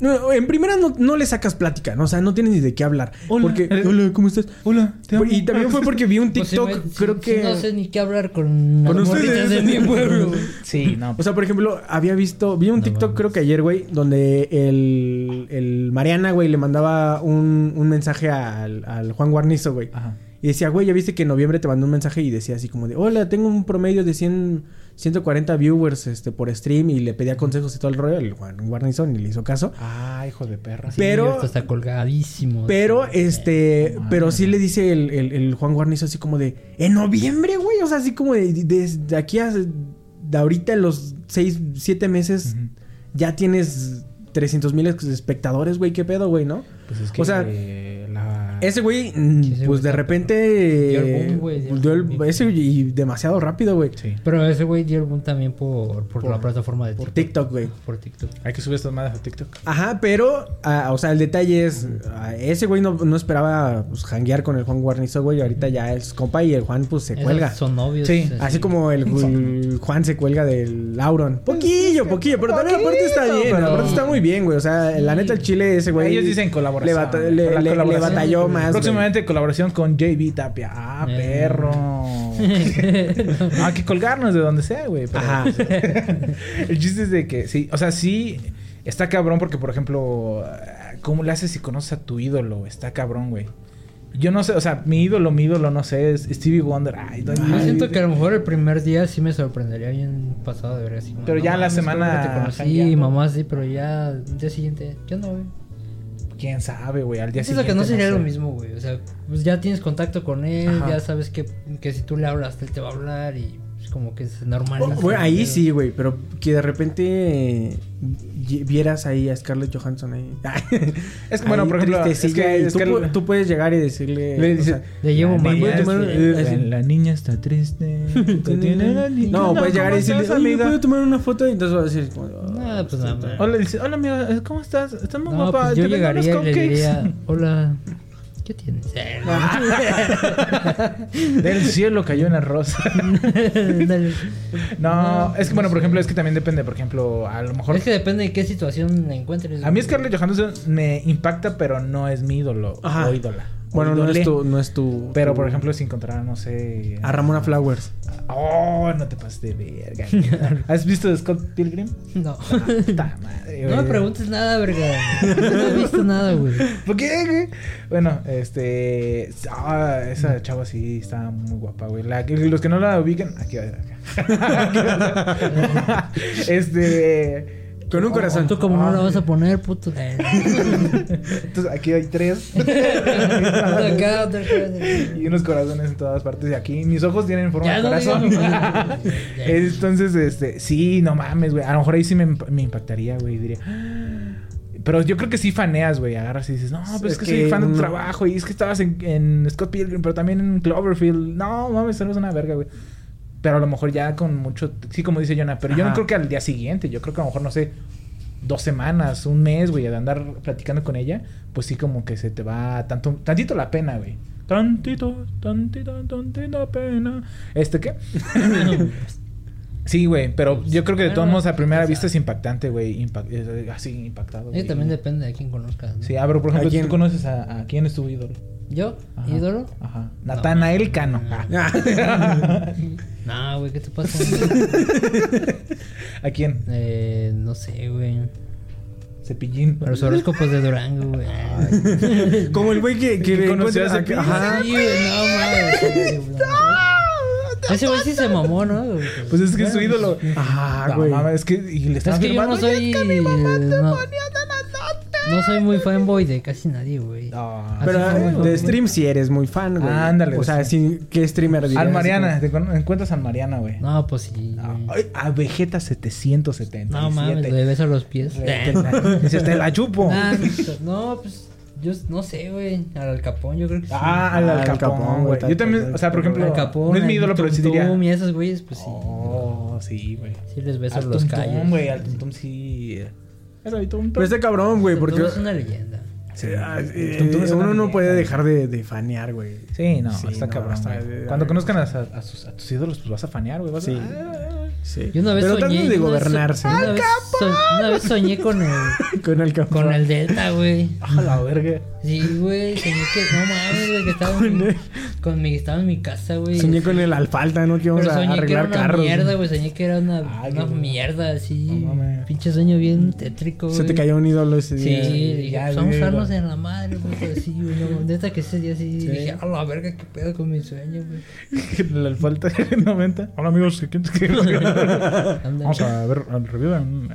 S5: no, en primera no, no le sacas plática, ¿no? O sea, no tienes ni de qué hablar.
S6: Hola.
S5: Porque,
S6: Eh,
S5: hola, ¿cómo estás?
S6: Hola, te amo.
S5: Y también fue porque vi un
S7: Pues si
S5: TikTok,
S7: me- si-
S5: creo
S7: si
S5: que.
S7: no sé ni qué hablar con,
S5: Con
S7: las
S5: ustedes.
S7: morritas de mi pueblo. güey.
S6: Sí, no.
S5: O sea, por ejemplo, había visto, vi un TikTok creo que ayer, güey, donde el, el Mariana, güey, le mandaba un, un mensaje al, al Juan Guarnizo, güey.
S6: Ajá.
S5: Y decía, güey, ya viste que en noviembre te mandó un mensaje y decía así como de, hola, tengo un promedio de 100, 140 viewers este, por stream y le pedía consejos y todo el rollo. El Juan Guarnizo ni le hizo caso.
S6: Ah, hijo de perra.
S7: Sí,
S5: Pero-
S7: ahorita está colgadísimo.
S5: Pero,
S7: Sí.
S5: este,
S6: no
S5: pero
S6: mames.
S5: sí le dice el, el- el Juan Guarnizo así como de, en noviembre, güey, o sea, así como de, de- de aquí a, de ahorita en los seis, siete meses,
S6: Ujú.
S5: ya tienes 300 mil espectadores, güey, qué pedo, güey, ¿no?
S6: Pues es que
S5: o sea,
S6: eh, la...
S5: Ese güey, mm,
S7: Sí, ese güey
S5: pues de
S7: está
S5: repente,
S7: Dio el boom, güey, dio el
S5: dio el-
S7: boom.
S5: ese güey, y demasiado rápido, güey.
S6: Sí.
S7: Pero ese güey dio el boom también por, por, la plataforma de
S5: Por
S7: TikTok.
S5: TikTok, güey.
S7: Por TikTok.
S6: Hay que subir estas madres a TikTok.
S5: Ajá, pero, ah, o sea, el detalle es, ah, ese güey no, no esperaba pues, janguear con el Juan Guarnizo, güey, ahorita ya es compa y el Juan pues se
S7: Esos
S5: cuelga.
S7: Son novios.
S6: Sí,
S7: así.
S5: Así como el, el Juan se cuelga del Lauron. Poquillo, poquillo, pero también aparte está
S6: Pues Poquito,
S5: bien,
S6: pero-
S5: aparte está muy bien, güey. O sea, la neta, el Chile ese güey.
S6: Ellos dicen
S5: Le,
S6: colaboración.
S5: bata- le-
S6: Con la
S5: le- le
S6: colaboración.
S5: batalló más.
S6: Próximamente colaboración con JB Tapia. Ah,
S7: Eh.
S6: perro. no, hay que colgarnos de donde sea, güey. pero-
S5: güey. Ajá.
S6: El chiste es de que, sí, o sea, sí, está cabrón porque, por ejemplo, ¿cómo le haces si conoces a tu ídolo? Está cabrón, güey. Yo no sé, o sea, mi ídolo, mi ídolo, no sé, es Stevie Wonder. Ay, no,
S7: Yo
S6: ay,
S7: siento que a lo mejor el primer día sí me sorprendería bien pasado de ver así. como,
S6: Pero ya la
S7: mames, ¿cómo
S6: semana
S7: Te conocí,
S6: jangueando?
S7: mamá sí, pero ya el día siguiente. Yo no, güey.
S6: ¿Quién sabe, güey? Al día
S7: Siento
S6: siguiente.
S7: que no sería
S6: sé.
S7: lo mismo, güey. O sea, pues ya tienes contacto con él,
S6: Ajá.
S7: ya sabes que, que si tú le hablas, él te va a hablar y es como que es normal.
S6: Oh,
S5: O- güey, ahí sí, güey, pero que de repente eh, y- vieras ahí a Scarlett Johansson ahí.
S6: Es que, bueno,
S5: Ahí
S6: por ejemplo,
S5: tristecilla,
S6: es que
S5: y tú,
S6: Scarlett-
S5: pu- tú puedes llegar y decirle.
S6: Le
S5: o
S6: dices,
S5: sea,
S7: Le llevo
S6: La niña
S5: voy a
S7: mañana.
S5: tomar
S6: está-
S5: este-
S6: la- la niña está triste. que tiene la niña.
S5: no, puedes llegar y
S6: ¿cómo
S5: decirle,
S6: estás,
S5: "Oye, ¿me
S6: amiga?
S5: puedo tomar una foto? Y entonces va a decir, como,
S7: No, pues nada.
S6: Hola, dice, hola, amiga, eh, ¿cómo estás? Estás muy
S7: No,
S6: guapa.
S7: pues yo
S6: te vendo
S7: llegaría
S6: unos
S7: y le
S6: cupcakes".
S7: diría, hola, ¿qué tienes?
S6: Del cielo cayó una rosa.
S7: Dale.
S6: No, es que bueno, por ejemplo, es que también depende, por ejemplo, a lo mejor...
S7: Es que depende de qué situación la encuentres.
S6: A mí
S7: güey.
S6: Scarlett Johansson me impacta, pero no es mi ídolo
S5: Ajá.
S6: o ídola.
S5: Bueno, no
S6: ídole.
S5: es tu. No es tu
S6: Pero,
S5: tu-
S6: por ejemplo, si encontrara, no sé...
S5: A Ramona Flowers.
S6: Oh, no te pases de verga. ¿Has visto Scott Pilgrim?
S7: No.
S6: Ta madre,
S7: No me
S6: güey.
S7: preguntes nada, verga. No he visto nada, güey.
S6: ¿Por qué, güey? Bueno, este. ah, esa chava sí está muy guapa, güey. La- los que no la ubican. Aquí va, acá. este. oh,
S5: Con un corazón.
S7: Ah, Tú como
S6: Ah.
S7: no la vas a poner, puto. Eh.
S6: Entonces, aquí hay tres.
S7: Otra acá, otra acá.
S6: y unos corazones en todas partes. Y aquí mis ojos tienen forma
S7: Ya,
S6: de
S7: no
S6: corazón.
S7: digas.
S6: Entonces, este. Sí, no mames, güey. A lo mejor ahí sí me, imp- me impactaría, güey. Diría. "Ah". Pero yo creo que sí faneas, güey. Agarras y dices, no, pues es
S5: Es
S6: que,
S5: que
S6: soy fan de tu
S5: no-
S6: trabajo. Y es que estabas en, en Scott Pilgrim, pero también en Cloverfield. No, mames, eso no es una verga, güey. Pero a lo mejor ya con mucho. Sí, como dice Jonah, pero yo no
S5: Ajá.
S6: creo que al día siguiente. Yo creo que a lo mejor, no sé, dos semanas, un mes, güey, de andar platicando con ella. Pues sí, como que se te va tanto, tantito la pena, güey. Tantito, tantito, tantito pena. ¿Este qué? Sí, güey, pero yo creo que de todos
S7: Pues, Bueno,
S6: modos a primera
S7: quién
S6: vista
S7: sabe.
S6: es impactante, güey. impact- eh, así impactado.
S7: Eh,
S6: güey.
S7: también depende de quién conozcas. ¿no?
S6: Sí, ah, pero por ejemplo,
S5: ¿A quién?
S6: ¿tú conoces a, a quién es tu ídolo?
S7: ¿Yo?
S6: Ajá.
S7: ¿Ídolo?
S6: Ajá. Natanael Cano. Ah,
S7: No, güey, ¿qué te pasa?
S6: ¿A quién?
S7: eh, no sé, güey.
S6: Cepillín.
S7: Pero los horóscopos de Durango, güey.
S5: Como el güey que, que,
S6: Que conoció
S5: encuentra-
S6: a
S5: Ajá.
S6: ese
S7: Sí, güey, no, mames. Ese güey sí se mamó, ¿no?
S6: Pues es que es su ídolo. Ah,
S5: Ajá,
S6: No,
S5: güey.
S6: mames, es que y le
S7: Es
S6: están
S7: que yo no
S6: firmando.
S7: soy. eh, no, no soy muy fanboy de casi nadie, güey.
S6: No.
S7: Así
S5: Pero
S7: como-
S5: de stream sí eres muy fan, güey.
S6: Ándale,
S5: O sea,
S6: sí.
S5: sí, ¿qué streamer dirías?
S6: Al Mariana, te con- encuentras al Mariana, güey.
S7: No, pues sí.
S6: Ah,
S7: güey.
S6: ay, A Vegeta 777.
S7: No mames, le beso los pies.
S6: Dice, te la chupo.
S7: Nah, no, pues yo no sé, güey. Al Al Capón, yo creo que sí.
S6: Ah, al
S5: Al
S6: Al
S5: Capón,
S6: Capón, güey.
S5: tal,
S6: Yo
S5: tal,
S6: también, o sea, por
S5: tal.
S6: ejemplo,
S7: Al Capón.
S6: no es mi ídolo, pero sí diría.
S7: Y esos güeyes, pues sí.
S6: Oh, sí, güey.
S7: Sí les beso
S6: Al
S7: los
S6: Tum
S7: callos.
S6: Tum, güey, al Tum Tum sí. eh. Es al Tum Tum.
S5: Pero este cabrón, güey,
S7: Tum Tum
S5: porque
S7: es una leyenda.
S5: Sí, ah,
S6: El
S5: eh,
S6: Tum Tum es una
S5: uno no puede
S6: leyenda.
S5: dejar de, de fanear, güey.
S6: Sí, no,
S5: Sí,
S6: está
S5: no,
S6: cabrón.
S5: está-
S6: güey. Cuando conozcan a, a- a sus, a tus ídolos, pues vas a fanear, güey. Vas
S5: Sí.
S6: a...
S5: Sí.
S7: Yo una vez
S5: Pero
S7: soñé.
S5: traten de
S7: yo una vez so-
S5: gobernarse.
S7: Una vez, so- una vez soñé con el,
S5: Con el cabrón.
S7: con el Delta, güey.
S6: A la verga.
S7: Sí, güey, soñé que no mames, güey, que estaba
S5: Con
S7: en,
S5: el-
S7: mi- con mi, estaba en mi casa, güey.
S5: Soñé con el alfalta, ¿no? Que íbamos
S7: Pero
S5: a
S7: soñé que era
S5: arreglar
S7: una
S5: carros.
S7: mierda, güey, soñé que era una,
S6: Ay,
S7: una
S6: qué bueno.
S7: mierda así.
S6: No mames.
S7: pinche sueño bien tétrico, güey.
S5: Se te cayó un ídolo ese
S7: Sí,
S5: día.
S7: dije,
S6: ya,
S7: pues vamos a
S6: güey,
S7: darnos
S6: güey.
S7: en la madre, güey, así, güey. No, neta que ese día sí, dije, a la verga, qué pedo con mi sueño, güey.
S6: La falta de 90. Hola, amigos. ¿quién- quién-
S7: Ándale.
S6: Vamos a ver, al review.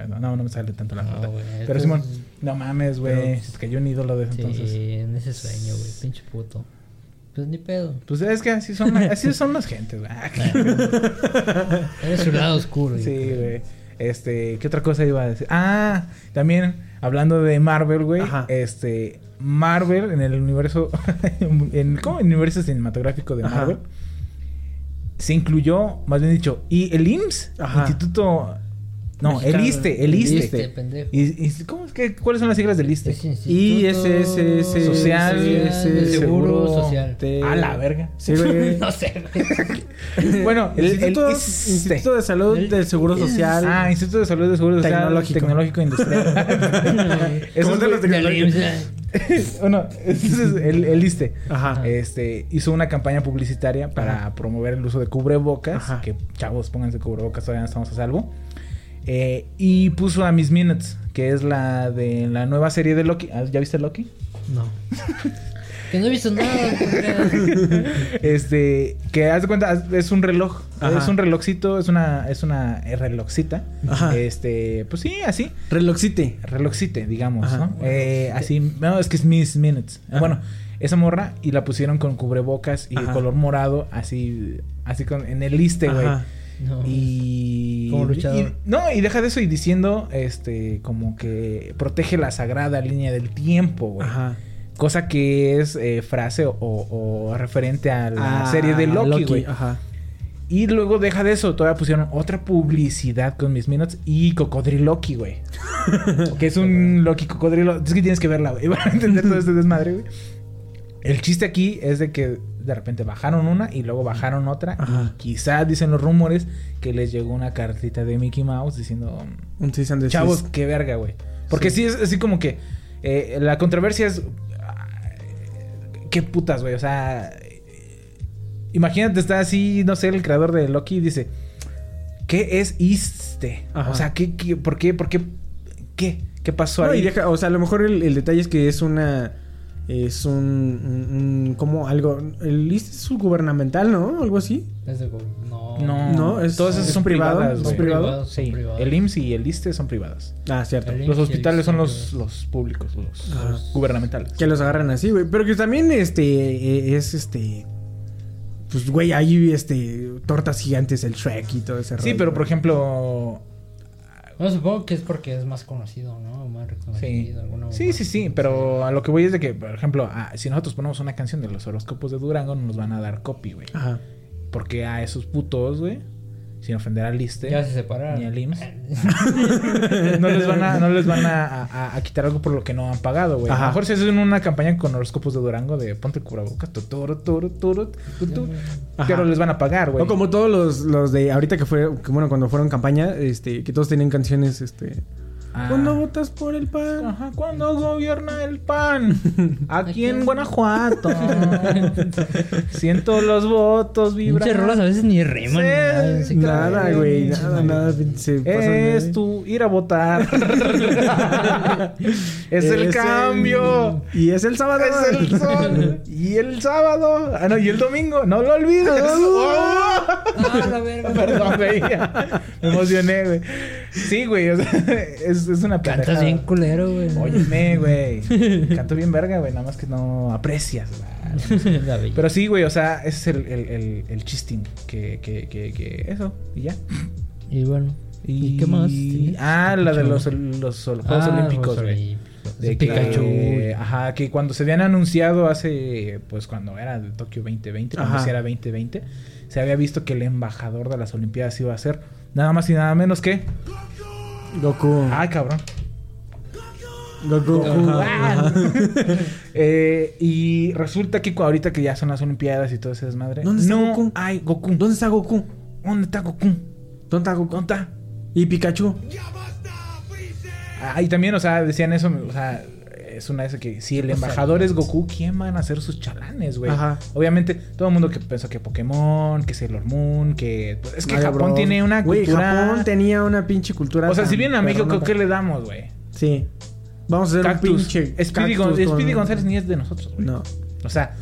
S6: No, no me sale tanto la
S7: No,
S6: falta.
S7: Ah, güey,
S6: Pero
S7: esto
S6: Simón,
S7: es-
S6: no mames, güey.
S7: Pero-
S6: Se te cayó un ídolo de ese
S7: Sí,
S6: entonces.
S7: en ese sueño, güey, pinche puto. Pues ni pedo.
S6: Pues es que así son, así son las gentes, güey.
S7: Era su lado oscuro. yo
S6: Sí,
S7: creo.
S6: güey. Este, ¿qué otra cosa iba a decir? Ah, también hablando de Marvel, güey.
S5: Ajá.
S6: Este, Marvel en el universo, en, ¿cómo? En el universo cinematográfico de
S5: Ajá.
S6: Marvel. Se incluyó, más bien dicho, y el IMSS,
S5: Ajá.
S6: Instituto. No,
S7: Mexicano.
S6: el ISTE, E, el
S7: El
S6: ISTE.
S7: ISTE, pendejo.
S6: Y- y- ¿Cómo es que, ¿Cuáles son las siglas del ISTE?
S7: Es instituto
S5: Y ese, ese, ese.
S6: Social,
S5: ese,
S7: de
S5: ese,
S7: seguro social.
S5: te-
S6: A la verga.
S5: Sí, güey.
S7: No sé, güey.
S6: Bueno, el, el
S5: Instituto,
S6: ISSSTE.
S5: Instituto de Salud
S7: El-
S5: del Seguro Social.
S6: Ah, Instituto de Salud de Seguro Social,
S5: Tecnológico.
S6: Tecnológico Industrial. Esos
S5: ¿Cómo te lo
S6: güey-
S7: Del IMSS.
S6: bueno, entonces el, el ISSSTE,
S5: Ajá.
S6: este, hizo una campaña publicitaria para
S5: Ajá.
S6: promover el uso de cubrebocas.
S5: Ajá.
S6: Que chavos, pónganse cubrebocas, todavía no estamos a salvo. Eh, y puso a Miss Minutes, que es la de la nueva serie de Loki. Ah, ¿Ya viste Loki?
S7: No. Que no he visto nada. porque-
S6: Este, que haz de cuenta, es un reloj.
S5: Ajá.
S6: Es un relojcito, es una, es una eh, relojcita.
S5: Ajá.
S6: Este, pues sí, así.
S5: Reloxite.
S6: Relojcite, digamos,
S5: Ajá.
S6: ¿no? Eh, así, no, es que es Miss Minutes.
S5: Ajá.
S6: Bueno, esa morra y la pusieron con cubrebocas y de
S5: Ajá.
S6: color morado, así, así con, en el liste, güey.
S5: Ajá.
S7: No.
S6: Y,
S7: Como luchador.
S6: y- No, y deja de eso y diciendo, este, como que protege la sagrada línea del tiempo, güey.
S5: Ajá.
S6: Cosa que es eh, frase o, o- o referente a la serie de Loki, güey.
S5: Ah, Ajá.
S6: Y luego deja de eso, todavía pusieron otra publicidad con Miss Minutes y Cocodriloqui, güey. que es un Loki cocodrilo. Es que tienes que verla, güey, para entender todo este desmadre, güey. El chiste aquí es de que de repente bajaron una y luego bajaron otra.
S5: Ajá.
S6: Y quizás dicen los rumores que les llegó una cartita de Mickey Mouse diciendo:
S5: Un cease and desist.
S6: Chavos, qué verga, güey. Porque sí, es así como que eh, la controversia es. ah, qué putas, güey. O sea, eh, imagínate, está así, no sé, el creador de Loki y dice, ¿qué es este?
S5: Ajá.
S6: O sea, ¿qué, qué, por qué, por qué, qué, qué pasó
S5: No,
S6: ahí?
S5: y deja- o sea, a lo mejor el, el detalle es que es una. Es un. un- un- como algo. El ISSSTE es subgubernamental, ¿no? Algo así.
S7: Es de go- no.
S6: No,
S5: No, es-
S6: todas esas
S5: es
S6: son
S5: privado,
S6: privadas,
S5: es
S6: güey.
S5: privado.
S7: Privadas, son
S6: Sí,
S7: privadas.
S6: el IMSS y el ISTE son privadas.
S5: Ah, cierto.
S7: El
S6: Los
S7: IMSS y el
S6: hospitales son
S7: ISSSTE
S6: los, los públicos, los,
S5: Ajá.
S6: los gubernamentales.
S5: Que los agarran así, güey. Pero que también, este. eh, Es este. Pues, güey, hay este. Tortas gigantes, el Shrek y todo ese
S6: Sí,
S5: rollo,
S6: pero por
S5: güey.
S6: ejemplo...
S7: Bueno, supongo que es porque es más conocido, ¿no? O más
S6: Sí.
S7: reconocido. alguna
S6: sí,
S7: mamá.
S6: sí, sí, pero a lo que voy es de que, por ejemplo, ah, si nosotros ponemos una canción de los horóscopos de Durango, no nos van a dar copy, güey.
S5: Ajá.
S6: Porque a esos putos, güey, sin ofender al Liste
S7: Ya se separaron.
S6: ni al IMSS, no les van, a, no les van a, a- a quitar algo por lo que no han pagado, güey. A
S5: Ajá.
S6: lo mejor si hacen una campaña con horóscopos de Durango de ponte el cubrebocas, tu, turu, turu, turu, tu, tu,
S5: Ajá.
S6: pero les van a pagar, güey.
S5: O como todos los, los de ahorita que fue, que, bueno, cuando fueron campaña, este, que todos tenían canciones, este.
S6: Ah.
S5: Cuando votas por el pan.
S6: Ajá, ¿cuándo gobierna el pan? Aquí en Guanajuato. Siento los votos
S7: Pinches rolas a
S6: vibrar.
S7: veces ni riman. ni nada,
S6: Sí,
S7: sí,
S5: nada,
S7: claro.
S5: güey,
S7: Pinches
S5: nada,
S7: madres.
S5: nada. Se pasan de-
S6: Es tu ir a votar. es el cambio.
S5: Y es el sábado.
S6: Es el sol. Y el sábado. Ah, no, y el domingo. No lo olvides. Oh.
S7: Ah, la verga.
S6: Perdón, güey. Me emocioné, güey. Sí, güey. o sea, es, es una
S7: Cantas
S6: pendejada.
S7: bien culero, güey.
S6: Óyeme, güey. Canto bien verga, güey. Nada más que no aprecias. güey.
S7: La bella.
S6: Pero sí, güey. O sea, ese es el, el, el, el chisting. Que, que, que, que eso. Y ya.
S7: Y bueno. ¿Y,
S6: Y-
S7: qué más?
S6: Ah, la de los, los ol- Juegos Olímpicos, güey.
S7: De
S6: De que-
S7: Pikachu.
S6: ajá, que cuando se habían anunciado hace, pues cuando era de Tokio 2020, cuando
S5: Ajá.
S6: sí era 2020, se había visto que el embajador de las Olimpiadas iba a ser nada más y nada menos que.
S5: Goku.
S6: Ah, cabrón.
S5: Goku.
S6: Ah. Eh, y resulta que cu- ahorita que ya son las Olimpiadas y todo ese desmadre,
S5: ¿Dónde está
S6: no
S5: Goku?
S6: hay Goku.
S5: ¿Dónde está Goku?
S6: ¿Dónde está Goku?
S5: ¿Dónde está Goku?
S6: ¿Dónde está?
S5: ¿Y Pikachu?
S6: Ah, y también, o sea, decían eso, o sea, es una de esas que si el embajador es Goku, ¿quién van a hacer sus chalanes, güey?
S5: Ajá.
S6: Obviamente, todo el mundo que pensó que Pokémon, que Sailor Moon, que. pues, es que
S5: Mario
S6: Japón
S5: Bros.
S6: tiene una
S5: Güey,
S6: cultura.
S5: Japón tenía una pinche cultura.
S6: o sea,
S5: tan
S6: si vienen a México,
S5: perrona.
S6: ¿qué le damos, güey?
S5: Sí. Vamos a hacer un
S6: Cactus.
S5: pinche.
S6: Speedy, Gon-
S5: cactus con-
S6: Speedy González ni es de nosotros, güey.
S5: No.
S6: O sea,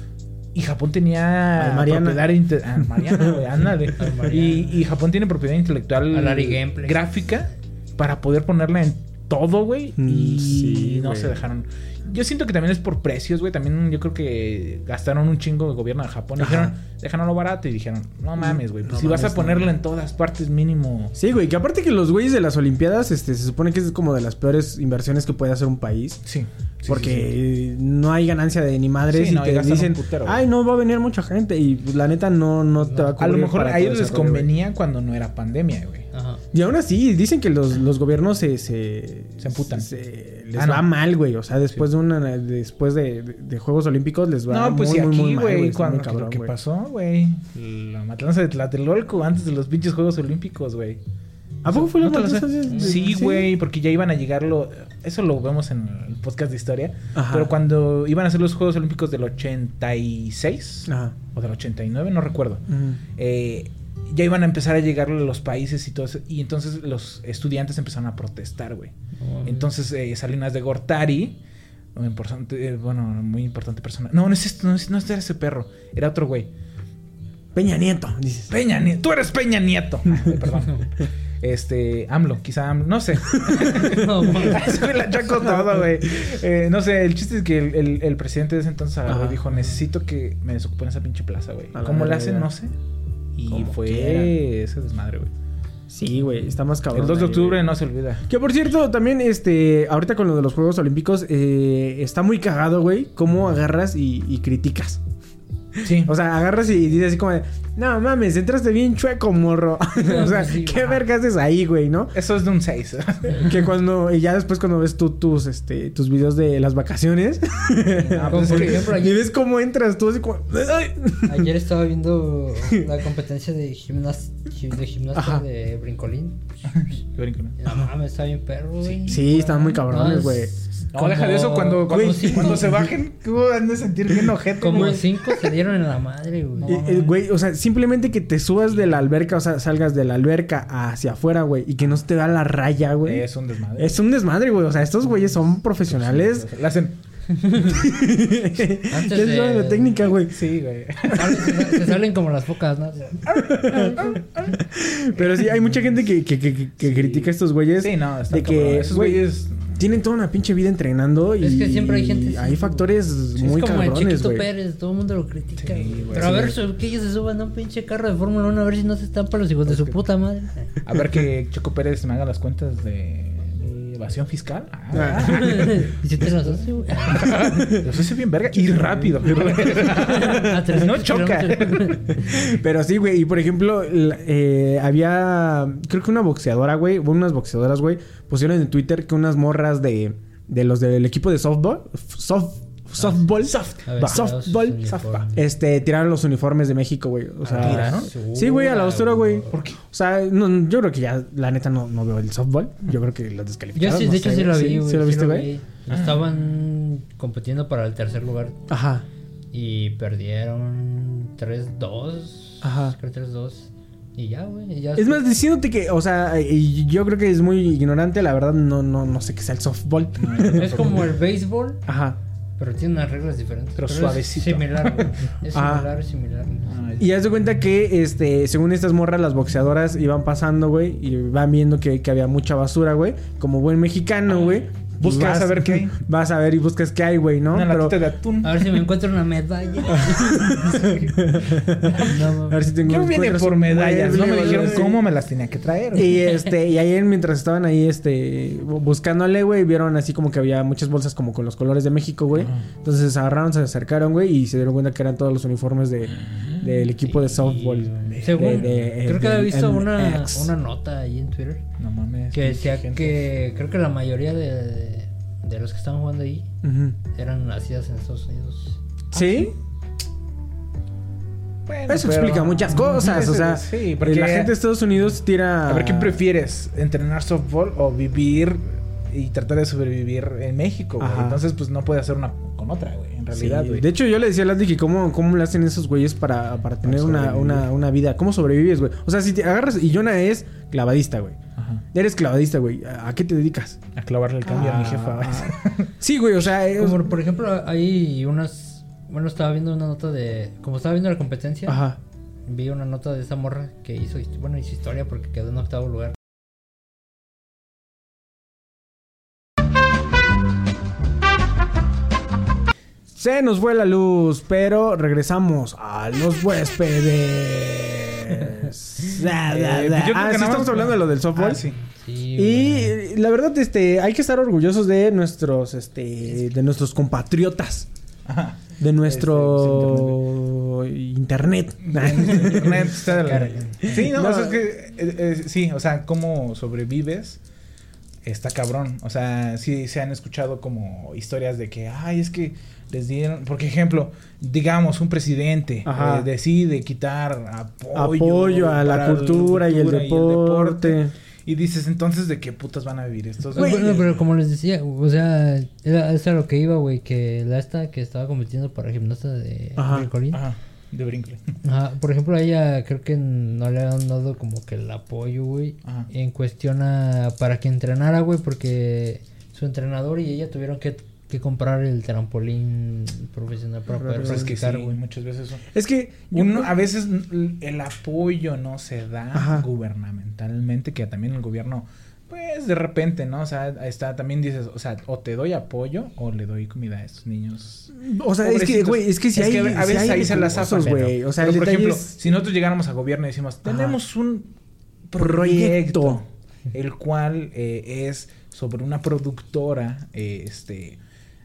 S6: y Japón tenía
S5: Al Mariana.
S6: propiedad inte- ah, Mariana, güey, ándale.
S7: Al Mariana.
S6: Y, y Japón tiene propiedad intelectual
S7: Al Ari Gameplay.
S6: gráfica para poder ponerla en todo, güey.
S5: Mm,
S6: Y
S5: sí,
S6: no
S5: güey.
S6: se dejaron. Yo siento que también es por precios, güey. También yo creo que gastaron un chingo de gobierno de Japón. Y
S5: Ajá.
S6: dijeron, déjanoslo barato. Y dijeron, no mames, güey. pues
S5: No
S6: si vas
S5: mames,
S6: a ponerla en todas partes, mínimo.
S5: Sí, güey, que aparte que los güeyes de las Olimpiadas, este, se supone que es como de las peores inversiones que puede hacer un país.
S6: Sí. sí,
S5: porque
S6: sí, sí.
S5: eh, no hay ganancia de ni madres
S6: Sí,
S5: y
S6: no, y
S5: te
S6: gastan un
S5: dicen,
S6: putero, güey.
S5: ay, no va a venir mucha gente y pues, la neta no, no te va a
S6: A
S5: cubrir
S6: lo mejor
S5: para
S6: a
S5: todo
S6: ellos
S5: ese
S6: les
S5: rollo, güey.
S6: convenía cuando no era pandemia, güey.
S7: Ajá.
S5: Y aún así, dicen que los, los gobiernos se... Se,
S6: Se emputan.
S5: se- les
S6: Ah,
S5: va
S6: no.
S5: mal, güey. O sea, después de una después de, de Juegos Olímpicos les va
S6: No, pues
S5: muy,
S6: y
S5: muy, muy
S6: aquí,
S5: mal, güey.
S6: güey,
S5: Está muy
S6: cuando
S5: cabrón,
S6: lo que
S5: güey.
S6: pasó, güey. La matanza de Tlatelolco antes de los pinches Juegos Olímpicos, güey.
S5: ¿A poco fue la
S6: ¿No te lo
S5: matanza
S6: sabes?
S5: de- de-
S6: Sí, güey, porque ya iban a llegar lo... Eso lo vemos en el podcast de historia.
S5: Ajá.
S6: Pero cuando iban a hacer los Juegos Olímpicos del 86
S5: Ajá. Mm.
S6: o del 89, no recuerdo.
S5: Ujú.
S6: eh, ya iban a empezar a llegar los países y todo eso. Y entonces los estudiantes empezaron a protestar, güey. Entonces, eh, Salinas de Gortari, un importante, eh, bueno, muy importante persona. No, no es esto, no, es, no era ese perro, era otro güey.
S5: Peña Nieto, dices.
S6: Peña Nieto, tú eres Peña Nieto. Ah, Perdón. Este, AMLO, quizá AMLO, no sé.
S7: No,
S6: Ah,
S7: mames.
S6: Eso me la chaco todo, güey. Eh, no sé, el chiste es que el, el- el presidente de ese entonces agarró y
S5: Ajá.
S6: dijo: Necesito que me desocupen esa pinche plaza, güey.
S5: A la
S6: ¿Cómo
S5: verga.
S6: la hacen? ¿eh? No sé. Y
S5: Como
S6: fue
S5: quieran.
S6: ese desmadre, güey.
S5: Sí, güey, está más cabrón. eh.
S6: El 2 de
S5: ahí,
S6: octubre
S5: güey.
S6: no se olvida.
S5: Que por cierto, también, este, ahorita con lo de los Juegos Olímpicos, eh, está muy cagado, güey, cómo agarras y, y criticas.
S6: Sí.
S5: O sea, agarras y dices así como de, no mames, entraste bien chueco, morro. o sea,
S7: Sí,
S5: ¿qué
S7: ajá.
S5: verga haces ahí, güey, no?
S6: Eso es de un 6.
S5: Que cuando, y ya después cuando ves tú tus, este, tus videos de las vacaciones,
S6: Ah,
S7: Como
S6: pues
S7: por
S6: es que-
S7: ejemplo,
S5: y
S7: ayer,
S5: ves cómo entras tú así como, "Ay".
S7: ayer estaba viendo la competencia de, gimnas- de gimnasta de brincolín. No mames, está bien perro, güey.
S5: sí, están muy cabrones,
S7: es-
S5: güey.
S6: No, deja de eso cuando, cuando,
S7: como cinco-
S6: cuando se bajen, tú han de sentir bien ojete.
S7: Como
S6: güey.
S7: cinco se dieron en la madre, güey.
S5: Eh, eh, güey, o sea, simplemente que te subas de la alberca, o sea, salgas de la alberca hacia afuera, güey, y que no se te da la raya, güey.
S6: Es un desmadre.
S5: Es un desmadre, güey. O sea, estos güeyes son profesionales.
S6: Le hacen.
S5: Ya
S7: de-
S5: saben la técnica, güey.
S6: Sí, güey.
S7: Se salen como las focas, ¿no?
S5: Pero sí, hay mucha gente que, que- que- que- que critica a estos güeyes.
S6: Sí, no, está
S5: de que,
S6: cabrón. Esos
S5: güey,
S6: güeyes.
S5: tienen toda una pinche vida entrenando y
S7: Es que siempre hay gente así,
S5: hay factores
S7: Sí,
S5: muy
S7: es como el
S5: cabrones,
S7: Chiquito
S5: güey.
S7: Pérez, todo el mundo lo critica. güey.
S6: güey,
S7: Pero a
S6: sí.
S7: ver, su- que ellos se suban a un pinche carro de Fórmula 1 a ver si no se estampan los hijos de su puta madre.
S6: A ver que Choco Pérez me haga las cuentas de mi evasión fiscal. Ah,
S7: y si te las hace, güey.
S6: los hice bien verga y rápido.
S7: A 300
S6: no choca.
S7: kilómetros.
S5: Pero sí, güey. Y por ejemplo, la- eh, había. Creo que una boxeadora, güey. bueno, Unas boxeadoras, güey. Pusieron en Twitter que unas morras de. De los del equipo de softball. Soft, softball.
S7: A ver,
S5: softball.
S7: Ah, los
S5: softball.
S7: uniformes. Ah,
S5: Este, tiraron los uniformes de México, güey. O sea.
S6: ¿Tiraron?
S5: Sí, güey, a la basura, güey.
S6: ¿Por qué?
S5: O sea, no, yo creo que ya, la neta, no, no veo el softball. Yo creo que lo
S7: Yo
S5: descalificaron.
S7: sí,
S5: no
S7: de hecho
S5: sé,
S7: sí lo vi, güey.
S5: ¿Sí lo viste, güey? Ah.
S7: vi. Estaban compitiendo para el tercer lugar
S5: Ajá.
S7: y perdieron 3-2.
S5: Ajá.
S7: Creo 3-2. Y ya, güey. y ya
S5: Es más, diciéndote que, o sea, y yo creo que es muy ignorante, la verdad, no, no, no sé qué sea el softball.
S7: es como el béisbol,
S5: Ajá.
S7: pero tiene unas reglas diferentes.
S6: Pero
S7: es
S6: suavecito.
S7: Similar, güey. Es
S5: Ah.
S7: similar, es similar.
S5: Y haz de cuenta que, este, según estas morras, las boxeadoras iban pasando, güey, y van viendo que, que había mucha basura, güey. Como buen mexicano, güey.
S6: Ah, Buscas
S5: vas-
S6: a ver qué hay.
S5: Vas a ver y buscas qué hay, güey, ¿no?
S6: Una
S5: Pero-
S6: latita de atún.
S7: A ver si me encuentro una medalla. no,
S5: a
S7: mames.
S5: ver si tengo
S6: Yo
S5: unos
S6: vine
S5: cuadros
S6: por
S5: en
S6: medallas. No me
S5: muebles,
S6: dijeron
S5: güey.
S6: cómo me las tenía que traer.
S5: Y este, y ayer mientras estaban ahí, este, bu- buscándole, güey, vieron así como que había muchas bolsas como con los colores de México, güey.
S6: Ah.
S5: Entonces se agarraron, se acercaron, güey, y se dieron cuenta que eran todos los uniformes de, del equipo de softball. de-
S7: Según,
S5: de- de-
S7: creo que había
S5: del
S7: visto una,
S5: MX.
S7: una nota ahí en Twitter
S6: No mames.
S7: que decía
S6: pinche gente.
S7: que creo que la mayoría de, de los que estaban jugando ahí
S5: Ujú.
S7: eran nacidas en Estados Unidos.
S6: Ah,
S5: ¿Sí?
S6: Bueno,
S5: Eso
S6: pero-
S5: explica muchas cosas, o
S6: Ese-
S5: sea,
S6: Sí, porque
S5: la gente de Estados Unidos tira...
S6: A ver, ¿qué prefieres? ¿Entrenar softball o vivir y tratar de sobrevivir en México? güey?
S5: Ajá.
S6: Entonces, pues no puede hacer una con otra, güey. En
S5: Sí,
S6: realidad, güey.
S5: de hecho, yo le decía a Landy que cómo, cómo le hacen esos güeyes para, para tener una,
S6: sobrevivir.
S5: una, una vida. ¿Cómo sobrevives, güey? O sea, si te agarras... Y Jonah es clavadista, güey.
S6: Ajá.
S5: Eres clavadista, güey. ¿A a qué te dedicas? Ah.
S6: A clavarle el cambio a mi jefa. Eh, güey.
S5: Sí, güey, o sea, es-
S7: Como por ejemplo, hay unas. Bueno, estaba viendo una nota de. Como estaba viendo la competencia,
S5: Ajá.
S7: vi una nota de esa morra que hizo. hist- Bueno, hizo historia porque quedó en octavo lugar.
S5: Se nos fue la luz, pero regresamos a los huéspedes. Da, da,
S6: Eh,
S5: da. ah,
S6: yo Eh, creo que
S5: sí,
S6: nada más-
S5: estamos hablando de lo del softball.
S6: Ah, sí.
S7: Sí,
S5: Y eh, la verdad, este, hay que estar orgullosos de nuestros, este, de nuestros compatriotas,
S6: Ajá.
S5: de nuestro internet.
S6: Internet está de la-
S7: Cara.
S6: Sí, no,
S5: No.
S6: o sea, es que. eh, eh, sí, o sea, cómo sobrevives está cabrón. O sea, sí se han escuchado como historias de que, ay, es que les dieron. Porque, ejemplo, digamos, un presidente
S5: Ajá.
S6: eh, decide quitar apoyo,
S5: Apoyo a la
S6: para
S5: cultura y el deporte.
S6: Y dices, entonces, ¿de qué putas van a vivir estos?
S7: Bueno,
S6: güeyes?
S7: pero como les decía, o sea, era, es a lo que iba, güey, que la esta que estaba compitiendo para gimnasta de
S5: Ajá,
S7: Ricolín.
S6: Ajá, de brincle.
S5: Pues
S7: Ajá, por ejemplo, a ella creo que no le han dado como que el apoyo, güey,
S6: Ajá.
S7: en cuestión a, para que entrenara, güey, porque su entrenador y ella tuvieron que, que comprar el trampolín profesional para poder
S6: Pero Pues es que sí,
S7: practicar, güey.
S6: muchas veces son-
S5: Es que
S6: Uno, a veces n- el apoyo no se da
S5: Ajá.
S6: gubernamentalmente, que también el gobierno, pues de repente, ¿no? O sea, está, también dices, o sea, o te doy apoyo o le doy comida a estos niños.
S5: O sea, es que,
S6: Pobrecitos.
S5: güey, es que si hay.
S6: a
S5: si
S6: veces
S5: hay
S6: ahí se las
S5: recursos,
S6: zafan,
S5: güey.
S6: pero-
S5: O sea,
S6: pero,
S5: el
S6: por
S5: detalle
S6: ejemplo,
S5: es-
S6: si nosotros llegáramos al gobierno y decimos, tenemos un proyecto,
S5: Proyecto.
S6: el cual eh, es sobre una productora, eh, este,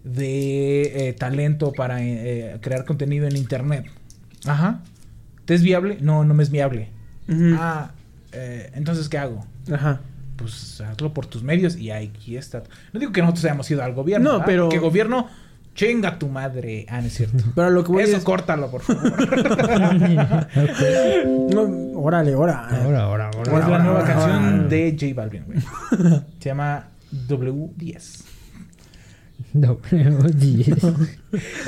S6: de eh, talento para eh, crear contenido en internet. Ajá. ¿Te es viable? No, no me es viable.
S5: Ujú.
S6: Ah, eh, entonces, ¿qué hago?
S5: Ajá.
S6: Pues hazlo por tus medios y aquí está. No digo que nosotros hayamos ido al gobierno.
S5: No,
S6: ¿verdad?
S5: pero-
S6: Porque gobierno, chinga tu madre. Ah, no es cierto.
S5: Pero lo que voy
S6: Eso
S5: es-
S6: córtalo, por favor.
S5: No, órale, órale.
S7: Ahora, ahora, ahora.
S6: es la
S5: ahora,
S6: nueva
S5: ahora,
S6: canción
S5: ahora.
S6: de J Balvin, güey. Se llama W10.
S7: W10.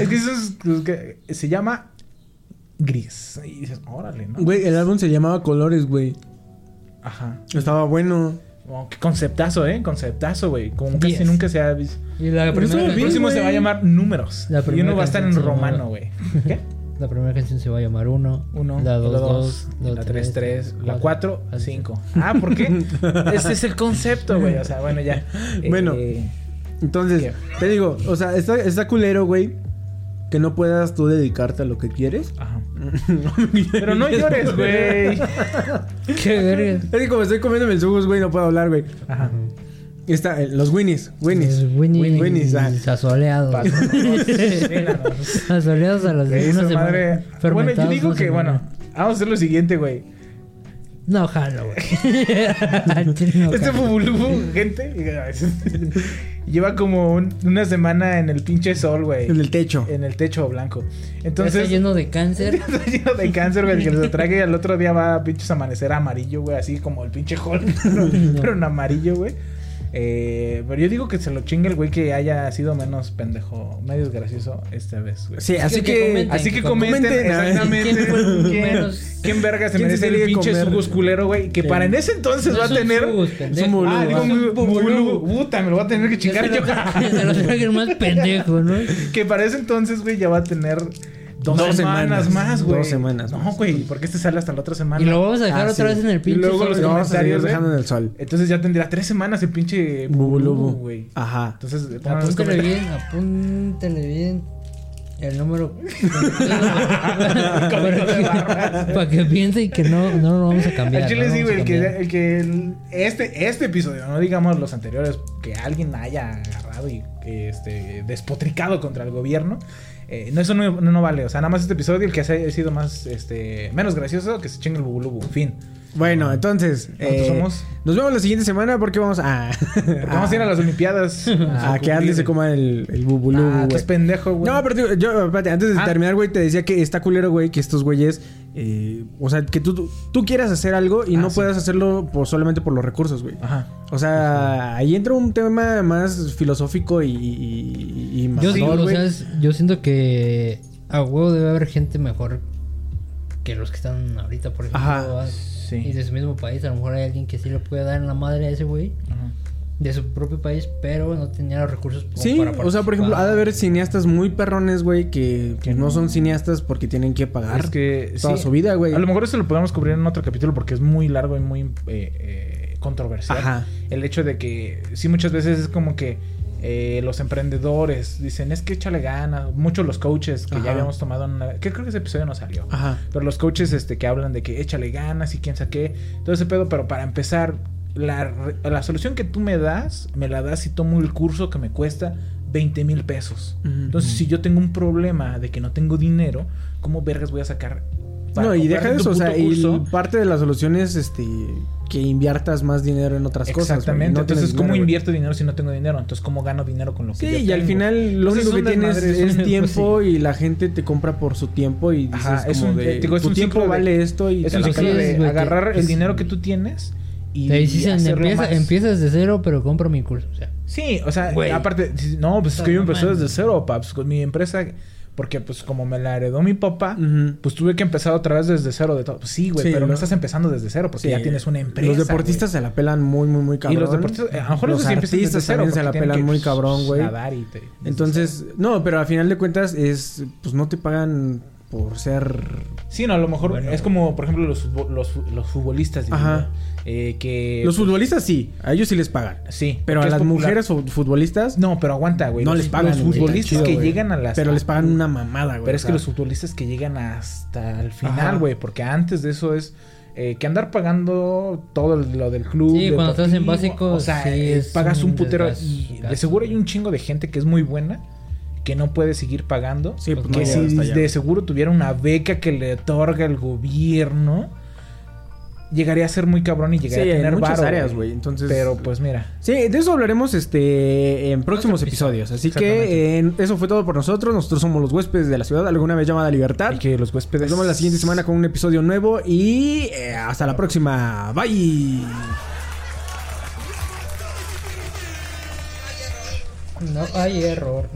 S6: Es que eso es, es que se llama gris. Y dices, órale, ¿no?
S5: Güey, el álbum se llamaba Colores, güey.
S6: Ajá.
S5: Estaba bueno.
S6: Oh, qué conceptazo, ¿eh? Conceptazo, güey. Como casi
S7: Diez.
S6: nunca se ha visto.
S7: Y la
S5: Pero estuvo
S7: primera,
S6: El
S5: bien.
S7: canción,
S6: próximo se
S5: güey.
S6: va a llamar Números.
S7: La
S6: Y
S7: primera
S6: uno va a estar en
S7: canción se llama-
S6: romano, güey. ¿Qué?
S7: la primera canción se va a llamar 1,
S6: Uno,
S7: la 2,
S6: la
S7: 2,
S6: dos, la 3, 3, la 4,
S7: la
S6: 5. Ah, ¿por qué? Ese es el concepto, güey. O sea, bueno, ya.
S5: Bueno.
S6: Eh,
S5: Entonces,
S6: ¿Qué?
S5: te digo, o sea, está, está culero, güey. Que no puedas tú dedicarte a lo que quieres.
S6: ajá. Pero no llores, güey.
S7: Qué verga.
S5: Es que como estoy comiendo mis jugos, güey, no puedo hablar, güey.
S6: Ajá.
S5: Está, eh, los Winnies, Winnies.
S7: Es Winnie.
S5: Winnies, ah.
S7: Sazoleados.
S6: Pasoleados.
S7: Sazoleados a las
S6: Güey,
S7: de
S6: esa
S7: una semana.
S6: madre- Bueno, yo
S7: Fermentados
S6: digo
S7: una
S6: que,
S7: semana.
S6: bueno, vamos a hacer lo siguiente, güey.
S7: No, jalo, güey. Al chile no
S6: Este
S7: jalo.
S6: Fubulubu, gente, lleva como un- una semana en el pinche sol, güey.
S5: En el techo.
S6: En el techo blanco.
S7: Está
S6: Entonces.
S7: lleno de cáncer.
S6: está lleno de cáncer, güey. Que lo trague y al otro día va a pinches amanecer amarillo, güey. Así como el pinche Hulk, pero, pero en amarillo, güey. Eh, pero yo digo que se lo chingue el güey que haya sido menos pendejo, medio gracioso esta vez, güey.
S5: Sí, así
S7: que
S5: que.
S7: comenten.
S6: Así que
S7: Com-
S6: comenten,
S5: comenten, a ver.
S6: exactamente
S7: ¿Quién fue el
S6: quién,
S7: menos-
S6: quién verga se
S5: quién se
S6: merece
S5: tiene
S6: el
S5: que
S6: pinche
S5: comer?
S6: sugus culero, güey. Que
S7: Sí.
S6: para en ese entonces
S7: No
S6: va a
S7: son
S6: tener.
S7: sugus, pendejo.
S5: Son boludo,
S6: ah, digo,
S5: ah,
S6: mi-
S5: son
S6: boludo. Puta, me lo va a tener que
S7: Yo
S6: chingar
S7: se
S6: yo.
S7: lo- Se lo traje el más pendejo, ¿no?
S6: que para ese entonces, güey, ya va a tener. Dos,
S5: Dos
S6: semanas,
S5: semanas.
S6: más, güey.
S5: Dos semanas
S6: No,
S5: más.
S6: güey, porque este sale hasta la otra semana.
S7: Y lo vamos a dejar
S5: Ah,
S7: otra
S5: sí.
S7: vez en el
S5: Y
S7: pinche.
S6: luego los
S7: sobre.
S5: Lo vamos a seguir
S6: comentarios, ¿eh?
S5: dejando
S6: güey.
S5: en el sol.
S6: Entonces ya tendrá tres semanas el pinche.
S5: Bubulubu. Ah.
S6: güey.
S5: Ajá.
S6: Entonces, pongan los
S7: Apúntale
S6: comentarios.
S7: bien, apúntale bien. El número.
S6: Código de barras.
S7: para que piense y que no, no lo vamos a cambiar.
S6: Al chile
S7: no lo
S6: sí,
S7: vamos
S6: güey.
S7: a
S6: El que,
S7: cambiar.
S6: el que el- este, este episodio, no digamos los anteriores, que alguien haya agarrado y que, este, despotricado contra el gobierno. eh, no, eso no, no- no vale. O sea, nada más este episodio, el que ha sido más, este, menos gracioso, que se chingue el bubulubu. Fin.
S5: Bueno, entonces. eh,
S6: ¿Cuántos somos?
S5: Nos vemos la siguiente semana porque vamos a.
S6: Porque vamos a ir a las Olimpiadas.
S5: a Ah, que Andy se coma el, el bubulú,
S6: Ah, tú
S5: güey.
S6: es pendejo, güey.
S5: No, pero digo, yo, espérate, antes de
S6: Ah.
S5: terminar, güey, te decía que está culero, güey, que estos güeyes, eh, o sea, que tú, tú quieras hacer algo y
S6: Ah,
S5: no
S6: sí.
S5: puedas hacerlo por, solamente por los recursos, güey.
S6: Ajá.
S5: O sea, ahí entra un tema más filosófico y, y, y- y
S7: Yo,
S5: mamador,
S7: digo, o
S5: güey.
S7: sea, es- yo siento que a huevo debe haber gente mejor que los que están ahorita, por ejemplo.
S5: Ajá,
S7: ah,
S6: sí.
S7: Y de su mismo país. A lo mejor hay alguien que sí le puede dar en la madre a ese güey.
S6: Ajá.
S7: De su propio país, pero no tenía los recursos como
S5: Sí,
S7: para
S5: o sea, por ejemplo, ha de haber cineastas muy perrones, güey, que, que no son cineastas porque tienen que pagar
S6: Es que
S5: toda
S6: sí.
S5: su vida, güey.
S6: A lo mejor eso lo podemos cubrir en otro capítulo porque es muy largo y muy eh, eh, controversial.
S5: Ajá.
S6: El hecho de que sí muchas veces es como que eh, los emprendedores dicen es que échale ganas. Muchos los coaches que
S5: Ajá.
S6: ya habíamos tomado en una... Que creo que ese episodio no salió.
S5: Ajá.
S6: Pero los coaches este, que hablan de que échale ganas y quién saqué. Todo ese pedo, pero para empezar, la, re- la solución que tú me das, me la das si tomo el curso que me cuesta 20 mil pesos.
S5: Ujú.
S6: Entonces, si yo tengo un problema de que no tengo dinero, ¿cómo vergas voy a sacar? para
S5: No, y
S6: comprarte
S5: deja
S6: tu
S5: eso, o
S6: puto
S5: sea, y
S6: curso?
S5: parte de la solución es este que inviertas más dinero en otras cosas. güey.
S6: Exactamente.
S5: No tienes
S6: Entonces, ¿cómo
S5: dinero, güey.
S6: invierto dinero si no tengo dinero? Entonces, ¿cómo gano dinero con lo que
S5: Sí,
S6: yo
S5: y al
S6: tengo?
S5: final lo
S6: Entonces,
S5: único que
S6: es un
S5: tienes
S6: desmadre,
S5: es
S6: un-
S5: tiempo y la gente te compra por su tiempo y dices
S6: Ajá, es
S5: como
S6: un-
S5: de,
S6: eh, digo, es
S5: tu
S6: un
S5: tiempo
S6: ciclo de-
S5: vale esto y
S6: Es
S5: te
S6: un
S5: la
S7: Así
S6: ciclo
S5: pelas.
S7: es,
S6: de
S7: güey,
S6: agarrar
S7: te-
S6: el dinero que tú tienes y,
S7: Te dicen,
S6: hacerlo
S7: empieza,
S6: más.
S7: empiezas de cero, pero compra mi curso. O sea,
S6: Sí, o sea,
S7: Güey.
S6: aparte, si- no, pues es
S7: Estás
S6: que yo empecé
S7: mamando.
S6: desde cero, paps, con mi empresa, porque pues como me la heredó mi papá,
S5: Ujú.
S6: pues tuve que empezar otra vez desde cero de todo. Pues sí, güey,
S5: Sí,
S6: pero no
S5: ¿no?
S6: estás empezando desde cero, porque
S5: Sí.
S6: ya tienes una empresa.
S5: Los deportistas se la pelan muy, muy, muy
S6: güey.
S5: cabrón.
S6: Y los deportistas, a lo mejor
S5: los
S6: esos sí empiezan desde
S5: artistas
S6: cero,
S5: también se
S6: porque
S5: la
S6: tienen
S5: pelan
S6: que,
S5: muy
S6: pues,
S5: cabrón, güey.
S6: nadar y te-
S5: Entonces, no, pero al final de cuentas es, pues no te pagan por ser...
S6: Sí, no, a lo mejor
S7: Bueno.
S6: es como, por ejemplo, los, futbo- los, fu- los futbolistas. digo,
S5: Ajá.
S6: eh, que.
S5: Los futbolistas sí, a ellos sí les pagan.
S6: Sí.
S5: Pero a
S6: porque es
S5: las
S6: popular.
S5: mujeres fu- futbolistas
S6: No, pero aguanta, güey.
S5: no
S6: Los-
S5: les pagan.
S6: Los
S5: güey.
S6: futbolistas
S5: Chido,
S6: que
S5: güey.
S6: llegan a las.
S5: Pero les pagan una mamada, güey.
S6: Pero es
S5: o
S6: que
S5: sea.
S6: los futbolistas que llegan hasta el
S5: Ajá.
S6: final, güey. Porque antes de eso es. eh, que andar pagando todo lo del club.
S7: Sí, cuando estás en
S6: deportivo,
S7: básico,
S6: O sea,
S7: sí,
S6: eh,
S7: es
S6: pagas un
S7: un
S6: putero.
S7: desgaste,
S6: Y de
S7: gasto,
S6: seguro hay
S7: güey.
S6: un chingo de gente que es muy buena. Que no puede seguir pagando.
S5: Sí, pues
S7: Pues
S5: no
S6: que
S7: no,
S5: llegan
S6: si
S5: hasta allá.
S6: de seguro tuviera una beca que le otorga el gobierno, llegaría a ser muy cabrón y llegaría
S5: Sí,
S6: a
S5: en
S6: tener
S5: muchas
S6: varo,
S5: áreas, güey. Entonces-
S6: Pero pues mira.
S5: Sí, de eso hablaremos este en próximos episodios. Así que eh, eso fue todo por nosotros. Nosotros somos los huéspedes de la ciudad, alguna vez llamada Libertad.
S6: Y que los huéspedes.
S5: Nos vemos la siguiente semana con un episodio nuevo y eh, hasta la próxima. Bye.
S7: No hay error.